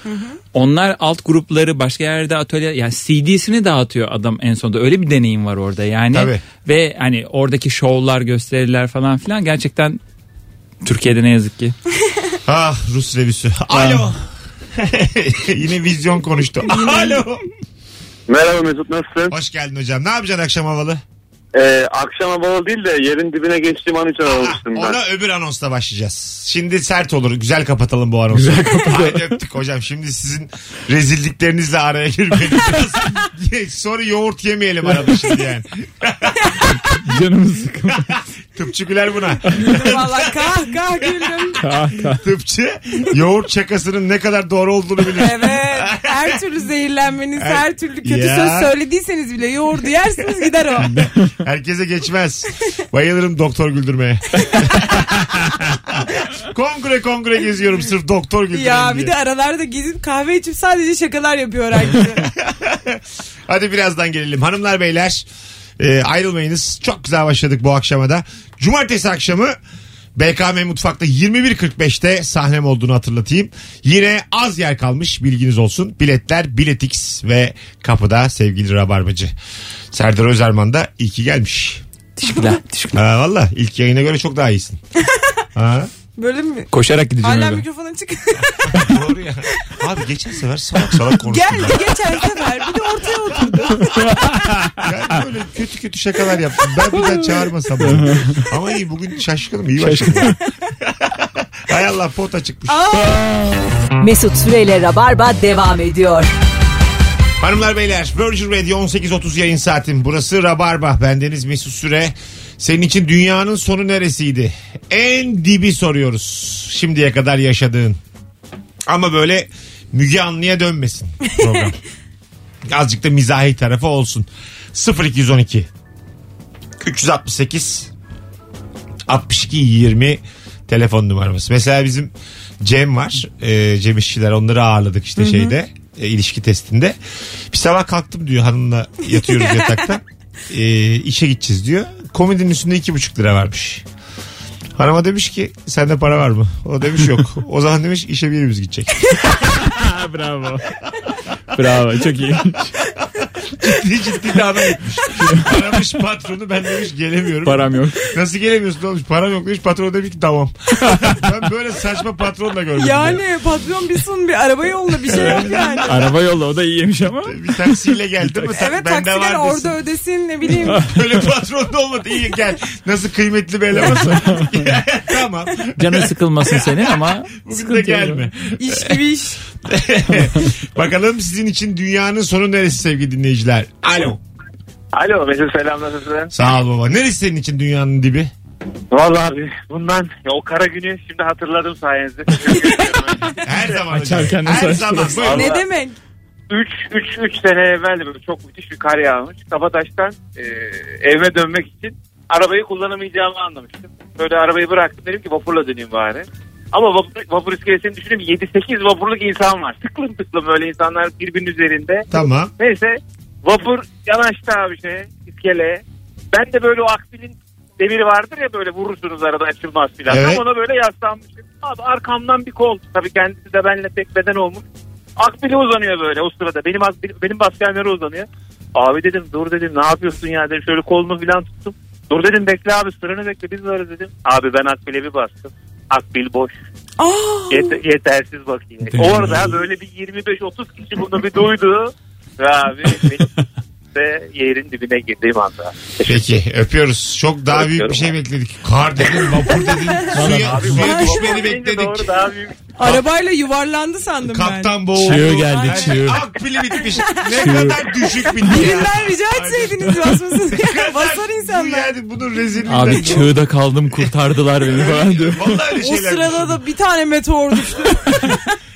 Speaker 3: Onlar alt grupları başka yerde atölye yani CD'sini dağıtıyor adam en sonunda. Öyle bir deneyim var orada yani.
Speaker 2: Tabii.
Speaker 3: Ve hani oradaki şovlar, gösteriler falan filan gerçekten Türkiye'de ne yazık ki.
Speaker 2: Ah Rus revüsü. Alo. Yine vizyon konuştu. Alo.
Speaker 8: Merhaba Mesut nasılsın?
Speaker 2: Hoş geldin hocam. Ne yapacaksın akşam havalı?
Speaker 8: Ee, akşama bağlı değil de yerin dibine geçtiğim an için
Speaker 2: Ah, ona öbür anonsla başlayacağız. Şimdi sert olur. Güzel kapatalım bu anonsu. Güzel kapatalım. Hadi öptük hocam. Şimdi sizin rezilliklerinizle araya girmeyelim. Biraz- Sonra yoğurt yemeyelim arada şimdi yani.
Speaker 3: Canımız sıkıldı.
Speaker 2: Tıpçı güler buna.
Speaker 4: Valla kah kah güldüm.
Speaker 3: Ah,
Speaker 2: Tıpçı yoğurt şakasının ne kadar doğru olduğunu bilir.
Speaker 4: Evet. Her türlü zehirlenmeniz, her türlü kötü
Speaker 2: Ya.
Speaker 4: söz söylediyseniz bile yoğurdu yersiniz gider o.
Speaker 2: Herkese geçmez. Bayılırım doktor güldürmeye. kongre kongre geziyorum sırf doktor güldüreyim
Speaker 4: ya
Speaker 2: diye.
Speaker 4: bir de aralarda gezip kahve içip sadece şakalar yapıyor herkese.
Speaker 2: Hadi birazdan gelelim. Hanımlar beyler e, ayrılmayınız. Çok güzel başladık bu akşama da. Cumartesi akşamı BKM Mutfak'ta 21.45'te sahnem olduğunu hatırlatayım. Yine az yer kalmış bilginiz olsun. Biletler Biletix ve kapıda sevgili Rabarbacı. Serdar Özerman da iyi ki gelmiş.
Speaker 3: Teşekkürler. Teşekkürler.
Speaker 2: Ha, Valla ilk yayına göre çok daha iyisin. Ha.
Speaker 4: Böyle mi?
Speaker 3: Koşarak gideceğim
Speaker 4: Hala
Speaker 3: eve.
Speaker 4: mikrofon açık.
Speaker 2: Doğru ya. Abi geçen sefer salak salak konuştum.
Speaker 4: Geldi geçen sefer. Bir de ortaya oturdu.
Speaker 2: Ben böyle kötü kötü şakalar yaptım. Ben bir daha çağırmasam. bunu. Ama iyi bugün şaşkınım. iyi başladım. Hay Allah pota çıkmış.
Speaker 1: Mesut Süreyle Rabarba devam ediyor.
Speaker 2: Hanımlar beyler Virgin Radio 18.30 yayın saatim. Burası Rabarba. Bendeniz Mesut Süre. Senin için dünyanın sonu neresiydi? En dibi soruyoruz. Şimdiye kadar yaşadığın. Ama böyle Müge Anlı'ya dönmesin program. Azıcık da mizahi tarafı olsun. 0212 368 62 20 telefon numaramız. Mesela bizim Cem var. Ee, Cem işçiler onları ağırladık işte şeyde e, ilişki testinde. Bir sabah kalktım diyor hanımla yatıyoruz yatakta. Ee, işe gideceğiz diyor. Komedinin üstünde iki buçuk lira varmış. Hanıma demiş ki sende para var mı? O demiş yok. o zaman demiş işe birimiz gidecek.
Speaker 3: bravo. bravo çok iyi.
Speaker 2: ciddi ciddi de adam etmiş. Aramış patronu ben demiş gelemiyorum.
Speaker 3: Param yok.
Speaker 2: Nasıl gelemiyorsun olmuş? Param yok demiş. Patron demiş ki tamam. ben böyle saçma patron da görmedim.
Speaker 4: Yani patron bir sun bir araba yolla bir şey yok yani.
Speaker 3: Araba yolla o da iyiymiş ama.
Speaker 2: Bir taksiyle geldi mi? Ta-
Speaker 4: Evet
Speaker 2: bende
Speaker 4: taksiler
Speaker 2: var desin.
Speaker 4: orada ödesin ne bileyim.
Speaker 2: Böyle patron da olmadı. İyi gel. Nasıl kıymetli bir elemansa. tamam.
Speaker 3: Canın sıkılmasın senin ama
Speaker 2: Bugün de
Speaker 3: sıkıntı yok.
Speaker 2: gelme.
Speaker 4: İş gibi iş.
Speaker 2: Bakalım sizin için dünyanın sonu neresi sevgili dinleyiciler? Alo.
Speaker 8: Alo Mesut selam nasılsın?
Speaker 2: Sağ ol baba. Neresi senin için dünyanın dibi?
Speaker 8: Vallahi abi bundan ya o kara günü şimdi hatırladım sayenizde.
Speaker 2: Her zaman.
Speaker 3: Açarken de
Speaker 2: Her
Speaker 3: saçma.
Speaker 2: zaman. Buyurun.
Speaker 4: Ne demek?
Speaker 8: 3 3 3 sene evvel de böyle çok müthiş bir kar yağmış. Kabataş'tan e, evime dönmek için arabayı kullanamayacağımı anlamıştım. Böyle arabayı bıraktım dedim ki vapurla döneyim bari. Ama vapur, vapur iskelesini düşündüm 7-8 vapurluk insan var. Tıklım tıklım böyle insanlar birbirinin üzerinde.
Speaker 2: Tamam.
Speaker 8: Neyse vapur yanaştı abi şey iskeleye. Ben de böyle o akbilin demiri vardır ya böyle vurursunuz arada açılmaz filan.
Speaker 2: Evet.
Speaker 8: Tam ona böyle yaslanmışım. Abi arkamdan bir kol. Tabii kendisi de benle tek beden olmuş. Akbili uzanıyor böyle o sırada. Benim akbil, benim baskenlere uzanıyor. Abi dedim dur dedim ne yapıyorsun ya dedim. Şöyle kolunu filan tuttum. Dur dedim bekle abi sıranı bekle biz varız dedim. Abi ben akbile bir bastım. Akbil boş.
Speaker 4: Aa,
Speaker 8: Yet- yetersiz bakiye. Orada böyle bir 25-30 kişi bunu bir duydu. Ve abi benim de yerin dibine girdiğim anda.
Speaker 2: Peki öpüyoruz. Çok daha büyük bir şey bekledik. Kar dedin, vapur dedin, suya, suya
Speaker 4: vapur
Speaker 2: düşmeni
Speaker 8: Deyince
Speaker 2: bekledik.
Speaker 8: Doğru daha büyük.
Speaker 4: arabayla yuvarlandı sandım ben.
Speaker 2: Kaptan boğuldu.
Speaker 3: Çığ geldi,
Speaker 2: Yani
Speaker 3: çığ.
Speaker 2: Akbili bitmiş. Ne kadar düşük bitti ya.
Speaker 4: Birinden rica etseydiniz basmasın.
Speaker 2: Ne kadar-
Speaker 4: Basar
Speaker 2: Bu
Speaker 4: insanlar.
Speaker 2: Yani bunun rezilliğinden.
Speaker 3: Abi çığda kaldım kurtardılar beni falan diyor.
Speaker 2: Vallahi öyle
Speaker 4: O
Speaker 2: şeyler.
Speaker 4: sırada da bir tane meteor düştü.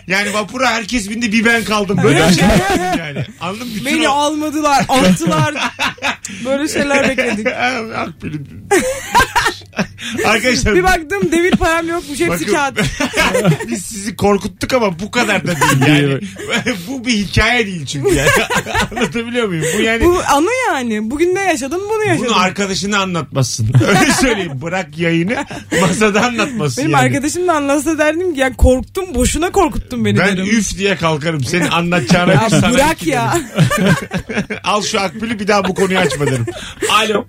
Speaker 2: Yani vapura herkes bindi bir ben kaldım. Böyle bir şey yapmadım yani. Anladın mı? Bütün
Speaker 4: Beni
Speaker 2: o-
Speaker 4: almadılar, attılar. Böyle şeyler bekledik.
Speaker 2: Akbili. Arkadaşlar
Speaker 4: Bir baktım demir param şey yokmuş hepsi
Speaker 2: Bakın-
Speaker 4: kağıt.
Speaker 2: Biz sizi korkuttuk ama bu kadar da değil yani. bu bir hikaye değil çünkü yani. Anlatabiliyor muyum? Bu yani
Speaker 4: Bu anı yani. Bugün ne yaşadın bunu yaşadın.
Speaker 2: bunu arkadaşına anlatmasın. Öyle söyleyeyim. Bırak yayını masada anlatmasın
Speaker 4: Benim
Speaker 2: yani.
Speaker 4: arkadaşım da anlatsa derdim ki ya korktum boşuna korkuttun beni
Speaker 2: ben
Speaker 4: derim.
Speaker 2: üf diye kalkarım. Seni anlatacağına
Speaker 4: ya
Speaker 2: bir sana
Speaker 4: bırak
Speaker 2: iki
Speaker 4: ya.
Speaker 2: derim. Al şu akbili bir daha bu konuyu açma derim. Alo.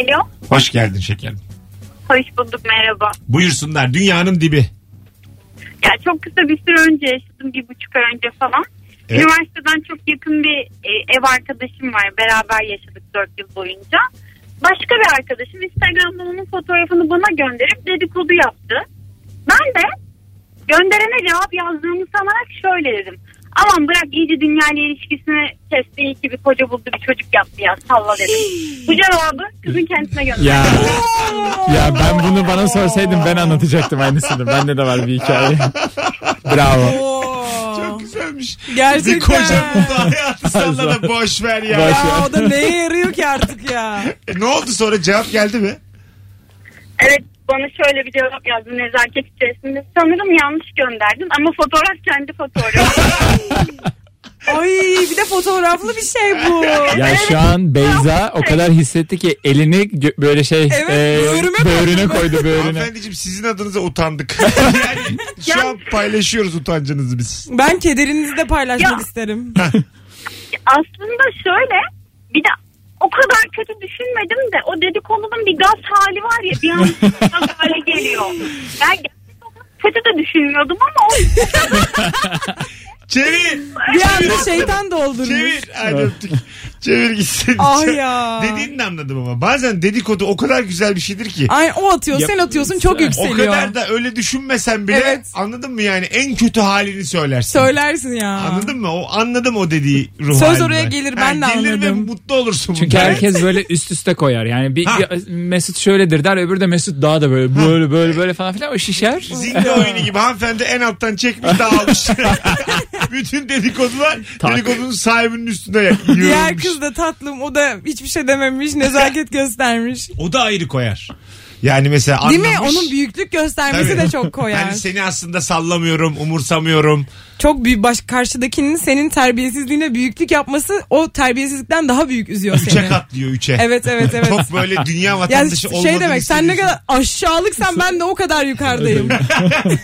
Speaker 9: Alo.
Speaker 2: Hoş geldin şekerim.
Speaker 9: Hoş bulduk merhaba.
Speaker 2: Buyursunlar. Dünyanın dibi.
Speaker 9: Ya çok kısa bir süre önce yaşadım bir buçuk ay önce falan.
Speaker 2: Evet.
Speaker 9: Üniversiteden çok yakın bir e, ev arkadaşım var. Beraber yaşadık dört yıl boyunca. Başka bir arkadaşım Instagram'dan onun fotoğrafını bana gönderip dedikodu yaptı. Ben de gönderene cevap yazdığımı sanarak şöyle dedim. Aman bırak iyice dünyayla ilişkisini kesti iyi ki bir koca buldu bir çocuk yaptı ya salla dedim. Bu cevabı kızın kendisine gönderdi.
Speaker 3: Ya. ya ben bunu bana sorsaydın ben anlatacaktım aynısını. Bende de var bir hikaye. Bravo.
Speaker 4: Oo.
Speaker 2: Çok güzelmiş.
Speaker 4: Gerçekten.
Speaker 2: Bir koca buldu hayatı sana da boş ver ya.
Speaker 3: Boş.
Speaker 4: Ya o da neye yarıyor ki artık ya.
Speaker 2: E, ne oldu sonra cevap geldi mi?
Speaker 9: Evet bana şöyle bir cevap yazdı nezaket içerisinde. Sanırım yanlış gönderdim ama fotoğraf kendi fotoğrafı.
Speaker 4: Ay bir de fotoğraflı bir şey bu.
Speaker 3: Ya şu an Beyza o kadar hissetti ki elini gö- böyle şey
Speaker 4: Evet, böğrüme koydu.
Speaker 3: böğrüne koydu böğrüne.
Speaker 2: Hanımefendiciğim sizin adınıza utandık. yani şu an paylaşıyoruz utancınızı biz.
Speaker 4: Ben kederinizi de paylaşmak
Speaker 9: Ya.
Speaker 4: isterim.
Speaker 9: Aslında şöyle bir de o kadar kötü düşünmedim de o dedikodunun bir gaz hali var ya bir an gaz hali geliyor. Ben gerçekten kötü de düşünmüyordum ama o
Speaker 2: Çevir.
Speaker 4: Bir anda şeytan doldurmuş.
Speaker 2: Çevir. Hadi öptük. Çevir gitsin.
Speaker 4: Ah ya.
Speaker 2: Dediğini de anladım ama. Bazen dedikodu o kadar güzel bir şeydir ki.
Speaker 4: Ay o atıyor sen atıyorsun çok
Speaker 2: O
Speaker 4: yükseliyor.
Speaker 2: kadar da öyle düşünmesen bile
Speaker 4: Evet.
Speaker 2: anladın mı yani en kötü halini söylersin.
Speaker 4: Söylersin ya.
Speaker 2: Anladın mı? O anladım o dediği ruh
Speaker 4: Söz
Speaker 2: halinden.
Speaker 4: oraya gelir, ben de
Speaker 2: Gelir ve
Speaker 4: anladım.
Speaker 2: mutlu olursun.
Speaker 3: Çünkü
Speaker 2: bundan.
Speaker 3: herkes böyle üst üste koyar. Yani bir
Speaker 2: Ha.
Speaker 3: Mesut şöyledir der öbürü de Mesut daha da böyle böyle böyle böyle falan filan o şişer.
Speaker 2: Zinde oyunu gibi hanımefendi en alttan çekmiş dağılmış. Bütün dedikodular
Speaker 3: Tak.
Speaker 2: dedikodunun sahibinin üstüne
Speaker 4: Diğer
Speaker 2: yığılmış.
Speaker 4: kız da tatlım o da hiçbir şey dememiş nezaket göstermiş.
Speaker 2: O da ayrı koyar. Yani mesela
Speaker 4: Değil
Speaker 2: anlamış.
Speaker 4: mi? Onun büyüklük göstermesi
Speaker 2: Tabii.
Speaker 4: de çok koyar.
Speaker 2: Hani seni aslında sallamıyorum, umursamıyorum.
Speaker 4: Çok büyük baş karşıdakinin senin terbiyesizliğine büyüklük yapması o terbiyesizlikten daha büyük üzüyor
Speaker 2: Üçe
Speaker 4: seni.
Speaker 2: katlıyor üçe.
Speaker 4: Evet evet evet.
Speaker 2: Çok böyle dünya
Speaker 4: yani
Speaker 2: vatandaşı olmadığını
Speaker 4: şey demek sen ne
Speaker 2: hissediyorsun.
Speaker 4: kadar aşağılıksan ben de o kadar yukarıdayım.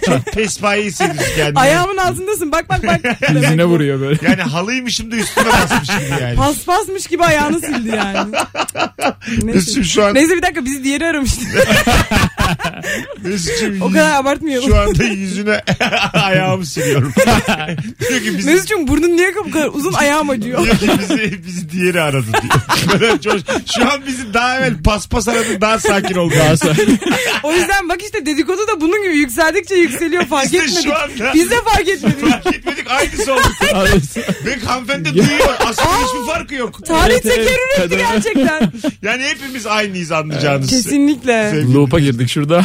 Speaker 2: Çok pespaye hissediyorsun kendini.
Speaker 4: Ayağımın altındasın bak bak bak.
Speaker 3: Yüzüne vuruyor böyle.
Speaker 2: Yani halıymışım da üstüme basmışım yani.
Speaker 4: Paspasmış gibi ayağını sildi yani.
Speaker 2: Mesut'cum şu an,
Speaker 4: Neyse bir dakika bizi diğeri aramıştı.
Speaker 2: Mesut'cum
Speaker 4: o kadar abartmayalım.
Speaker 2: şu anda yüzüne ayağımı siliyorum. diyor ki bizi,
Speaker 4: Mesut'cum burnun niye bu kadar uzun ayağım acıyor.
Speaker 2: diyor ki bizi, bizi diğeri aradı diyor. Böyle coş- şu an bizi daha evvel paspas aradı daha sakin oldu. Daha
Speaker 4: o yüzden bak işte dedikodu da bunun gibi yükseldikçe yükseliyor fark
Speaker 2: İşte şu
Speaker 4: etmedik.
Speaker 2: anda-
Speaker 4: Biz de fark etmedik.
Speaker 2: Gitmedik aynısı oldu. Ve hanımefendi duyuyor. Aslında hiçbir farkı yok.
Speaker 4: Tarih
Speaker 3: Evet, evet.
Speaker 4: tekerrür etti gerçekten.
Speaker 2: Yani hepimiz aynıyız anlayacağınız.
Speaker 4: Kesinlikle.
Speaker 2: Sevgili-
Speaker 3: Loop'a girdik şurada.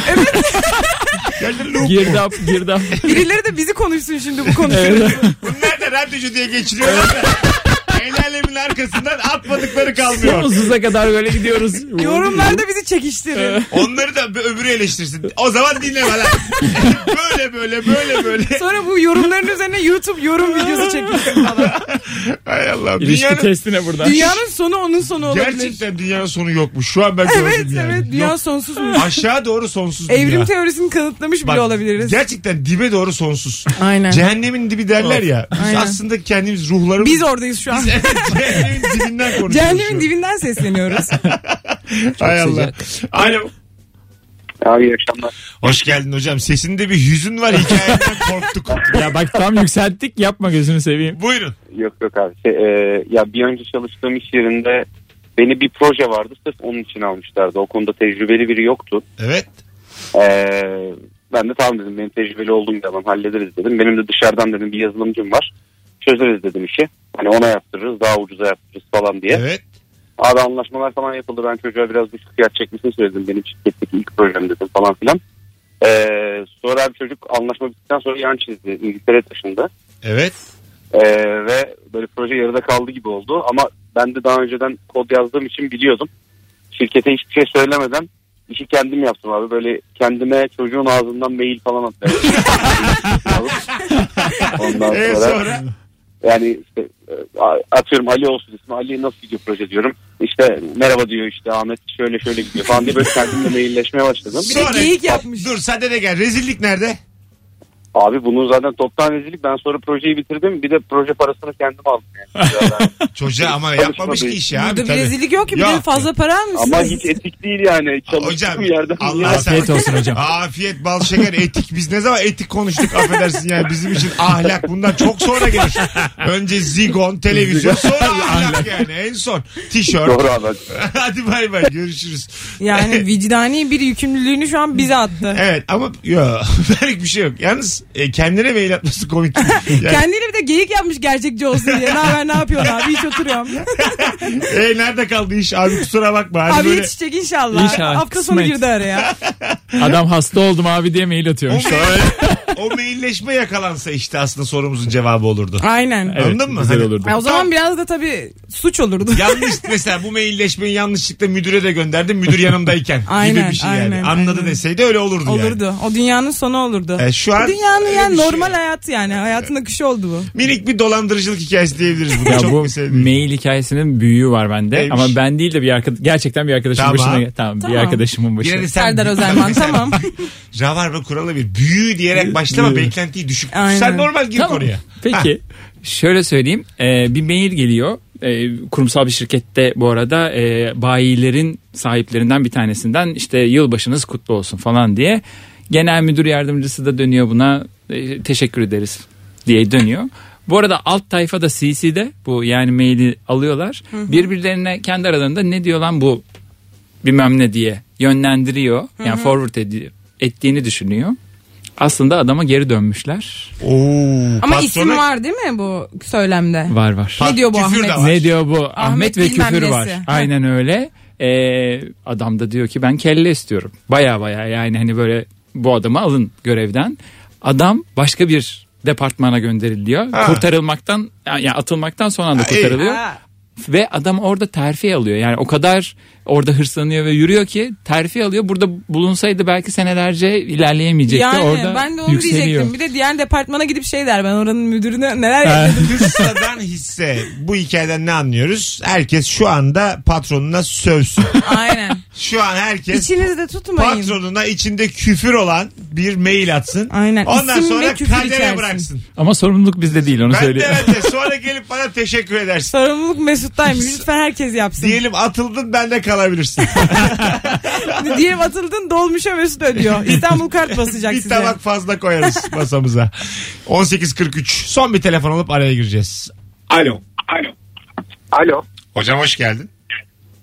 Speaker 2: Yani loop bu.
Speaker 3: girdap girdap.
Speaker 4: Birileri de bizi konuşsun şimdi bu konuşmayı.
Speaker 2: Bunlar da radyocu diye geçiriyorlar da. El alemin arkasından atmadıkları kalmıyor.
Speaker 3: Sonsuza kadar böyle gidiyoruz.
Speaker 4: Yorumlarda bizi çekiştirin.
Speaker 2: Onları da bir öbürü eleştirsin. O zaman dinleme lan. böyle böyle böyle böyle.
Speaker 4: Sonra bu yorumların üzerine YouTube yorum videosu çekilsin falan.
Speaker 2: Hay Allah.
Speaker 3: İlişki
Speaker 2: Dünyanın,
Speaker 3: testine buradan.
Speaker 4: Dünyanın sonu onun sonu olabilir.
Speaker 2: gerçekten dünyanın sonu yokmuş. Şu an ben
Speaker 4: Evet
Speaker 2: gördüm yani.
Speaker 4: evet dünya
Speaker 2: Yok.
Speaker 4: sonsuz mu?
Speaker 2: Aşağı doğru sonsuz
Speaker 4: Evrim
Speaker 2: dünya.
Speaker 4: teorisini kanıtlamış bile
Speaker 2: Bak,
Speaker 4: olabiliriz.
Speaker 2: Gerçekten dibe doğru sonsuz.
Speaker 4: Aynen.
Speaker 2: Cehennemin dibi derler ya. Biz
Speaker 4: Aynen.
Speaker 2: aslında kendimiz ruhlarımız.
Speaker 4: Biz oradayız şu an.
Speaker 2: Evet, cehennemin dibinden konuşuyoruz. şu an.
Speaker 4: Cehennemin dibinden sesleniyoruz.
Speaker 2: Hay Allah. Alo.
Speaker 5: Abi iyi akşamlar.
Speaker 2: Hoş geldin hocam. Sesinde bir hüzün var. Hikayeden korktuk.
Speaker 3: Ya bak tam yükselttik yapma gözünü seveyim.
Speaker 2: Buyurun.
Speaker 5: Yok yok abi. Şey, e, ya bir önce çalıştığım iş yerinde beni bir proje vardı. Sırf onun için almışlardı. O konuda tecrübeli biri yoktu.
Speaker 2: Evet.
Speaker 5: Ee, ben de tamam dedim benim tecrübeli olduğum bir adam hallederiz dedim. Benim de dışarıdan dedim bir yazılımcım var. Çözeriz dedim işi. Hani ona yaptırırız daha ucuza yaptırırız falan diye.
Speaker 2: Evet.
Speaker 5: Abi anlaşmalar falan yapıldı. Ben çocuğa biraz düşük fiyat çekmesini söyledim. Benim şirketteki ilk projem dedim falan filan. Ee, sonra bir çocuk anlaşma bittikten sonra yan çizdi. İngiltere taşındı.
Speaker 2: Evet.
Speaker 5: Ee, ve böyle proje yarıda kaldı gibi oldu. Ama ben de daha önceden kod yazdığım için biliyordum. Şirkete hiçbir şey söylemeden işi kendim yaptım abi. Böyle kendime çocuğun ağzından mail falan atmaya başladım. Ondan
Speaker 2: Ee,
Speaker 5: sonra,
Speaker 2: sonra?
Speaker 5: yani işte e, atıyorum Ali olsun ismi. Ali nasıl gidiyor proje diyorum. İşte merhaba diyor işte Ahmet şöyle şöyle gidiyor falan diye böyle kendimle mailleşmeye başladım.
Speaker 4: Bir de geyik yapmış.
Speaker 2: Dur sen de gel. Rezillik nerede?
Speaker 5: Abi bunun zaten toptan rezillik. Ben sonra projeyi bitirdim. Bir de proje parasını kendim aldım. Yani.
Speaker 2: Çocuğa ama
Speaker 5: Çalışma
Speaker 2: yapmamış ki
Speaker 5: değil.
Speaker 2: işi abi.
Speaker 4: Burada bir
Speaker 2: tabii.
Speaker 4: rezillik yok ki. Bir
Speaker 2: Yok.
Speaker 4: de fazla para almışsınız.
Speaker 5: Ama hiç etik değil yani.
Speaker 2: Hocam,
Speaker 5: Çalıştığım yerde
Speaker 2: Allah
Speaker 5: Allah
Speaker 3: Afiyet olsun hocam.
Speaker 2: Afiyet, bal, şeker, etik. Biz ne zaman etik konuştuk affedersin yani. Bizim için ahlak bundan çok sonra gelir. Önce zigon, televizyon sonra ahlak yani. En son tişört.
Speaker 5: Doğru abi.
Speaker 2: Hadi bay bay görüşürüz.
Speaker 4: Yani vicdani bir yükümlülüğünü şu an bize attı.
Speaker 2: Evet ama yo, benlik bir şey yok. Yalnız e, kendine mail atması komik. Yani,
Speaker 4: Kendileri bir de geyik yapmış gerçekçi olsun diye. Ne haber ne yapıyorsun abi hiç oturuyorum.
Speaker 2: e, nerede kaldı iş abi kusura bakma. Hani
Speaker 4: abi
Speaker 2: böyle-
Speaker 4: hiç çek inşallah.
Speaker 3: İnşallah,
Speaker 4: Hafta sonu
Speaker 3: kısmet.
Speaker 4: girdi araya.
Speaker 3: Adam hasta oldum abi diye mail
Speaker 2: o,
Speaker 3: atıyormuş.
Speaker 2: mail- o mailleşme yakalansa işte aslında sorumuzun cevabı olurdu.
Speaker 4: Aynen.
Speaker 3: Evet,
Speaker 2: Anladın mı?
Speaker 3: Güzel
Speaker 2: Hani-
Speaker 3: olurdu.
Speaker 4: Ay, o zaman
Speaker 2: Tamam.
Speaker 4: biraz da tabii suç olurdu.
Speaker 2: Yanlış mesela bu mailleşmeyi yanlışlıkla müdüre de gönderdim. Müdür yanımdayken gibi
Speaker 4: Aynen,
Speaker 2: bir şey
Speaker 4: aynen,
Speaker 2: yani. Anladı
Speaker 4: aynen.
Speaker 2: deseydi öyle olurdu, yani.
Speaker 4: olurdu. O dünyanın sonu olurdu.
Speaker 2: E, şu an
Speaker 4: dünyanın
Speaker 2: öyle
Speaker 4: yani
Speaker 2: bir şey
Speaker 4: normal
Speaker 2: yok.
Speaker 4: hayatı yani. Hayatın akışı oldu bu.
Speaker 2: Minik bir dolandırıcılık hikayesi diyebiliriz. Bunu
Speaker 3: Ya
Speaker 2: çok
Speaker 3: bu
Speaker 2: mu sevdiğim?
Speaker 3: mail hikayesinin büyüğü var bende
Speaker 2: Neymiş?
Speaker 3: ama ben değil de bir arkadaş gerçekten bir arkadaşımın
Speaker 2: Tamam.
Speaker 3: başına tamam,
Speaker 4: Tamam.
Speaker 3: bir arkadaşımın başına.
Speaker 2: Yine de
Speaker 4: Serdar Özelman tamam.
Speaker 2: Rabarba kuralı bir. Büyü diyerek başlama. Beklentiyi düşük. tut.
Speaker 4: Aynen.
Speaker 2: Sen normal gir
Speaker 3: Tamam.
Speaker 2: konuya.
Speaker 3: Peki şöyle söyleyeyim Ee, bir mail geliyor Ee, kurumsal bir şirkette bu arada e, bayilerin sahiplerinden bir tanesinden işte yılbaşınız kutlu olsun falan diye genel müdür yardımcısı da dönüyor buna e, teşekkür ederiz diye dönüyor. Bu arada alt tayfa da CC'de bu yani maili alıyorlar. Birbirlerine kendi aralarında ne diyor lan bu bilmem ne diye yönlendiriyor. Yani forward ediyor, ettiğini düşünüyor. Aslında adama geri dönmüşler.
Speaker 2: Oo,
Speaker 4: Ama
Speaker 2: patrona-
Speaker 4: isim var değil mi bu söylemde?
Speaker 3: Var var.
Speaker 2: Pat-
Speaker 4: diyor bu
Speaker 2: küfür de
Speaker 4: Ahmet?
Speaker 2: var.
Speaker 3: Ne diyor bu? Ahmet, ve
Speaker 4: bilmem
Speaker 3: küfür
Speaker 4: nesi.
Speaker 3: var.
Speaker 4: Ha.
Speaker 3: Aynen öyle. Ee, adam da diyor ki ben kelle istiyorum. Baya baya yani hani böyle bu adamı alın görevden. Adam başka bir departmana gönderiliyor.
Speaker 2: Ha.
Speaker 3: Kurtarılmaktan yani atılmaktan son anda
Speaker 2: Ha, iyi.
Speaker 3: kurtarılıyor.
Speaker 4: Ha.
Speaker 3: Ve adam orada terfi alıyor. Yani o kadar orada hırslanıyor ve yürüyor ki terfi alıyor. Burada bulunsaydı belki senelerce ilerleyemeyecekti.
Speaker 4: Yani
Speaker 3: orada
Speaker 4: ben de onu
Speaker 3: yükseliyor.
Speaker 4: diyecektim. Bir de diğer departmana gidip şey der ben oranın müdürüne neler yaptım.
Speaker 2: Hırsadan hisse. Bu hikayeden ne anlıyoruz? Herkes şu anda patronuna sövsün.
Speaker 4: Aynen.
Speaker 2: Şu an herkes
Speaker 4: İçinizde tutmayın.
Speaker 2: patronuna içinde küfür olan bir mail atsın.
Speaker 4: Aynen.
Speaker 2: Ondan
Speaker 4: İsim
Speaker 2: sonra
Speaker 4: ve küfür
Speaker 2: kadere
Speaker 4: içersin.
Speaker 2: bıraksın.
Speaker 3: Ama sorumluluk bizde değil onu
Speaker 2: Ben de
Speaker 3: söyleyeyim.
Speaker 2: ben de sonra gelip bana teşekkür edersin.
Speaker 4: Sorumluluk Mesut'taymış. Lütfen herkes yapsın.
Speaker 2: Diyelim atıldın ben de kalabilirsin.
Speaker 4: Diyelim atıldın dolmuşa Mesut ödüyor. İstanbul kart basacak
Speaker 2: bir
Speaker 4: size.
Speaker 2: tabak fazla koyarız masamıza. 18.43 son bir telefon alıp araya gireceğiz. Alo.
Speaker 6: Alo.
Speaker 2: Hocam hoş geldin.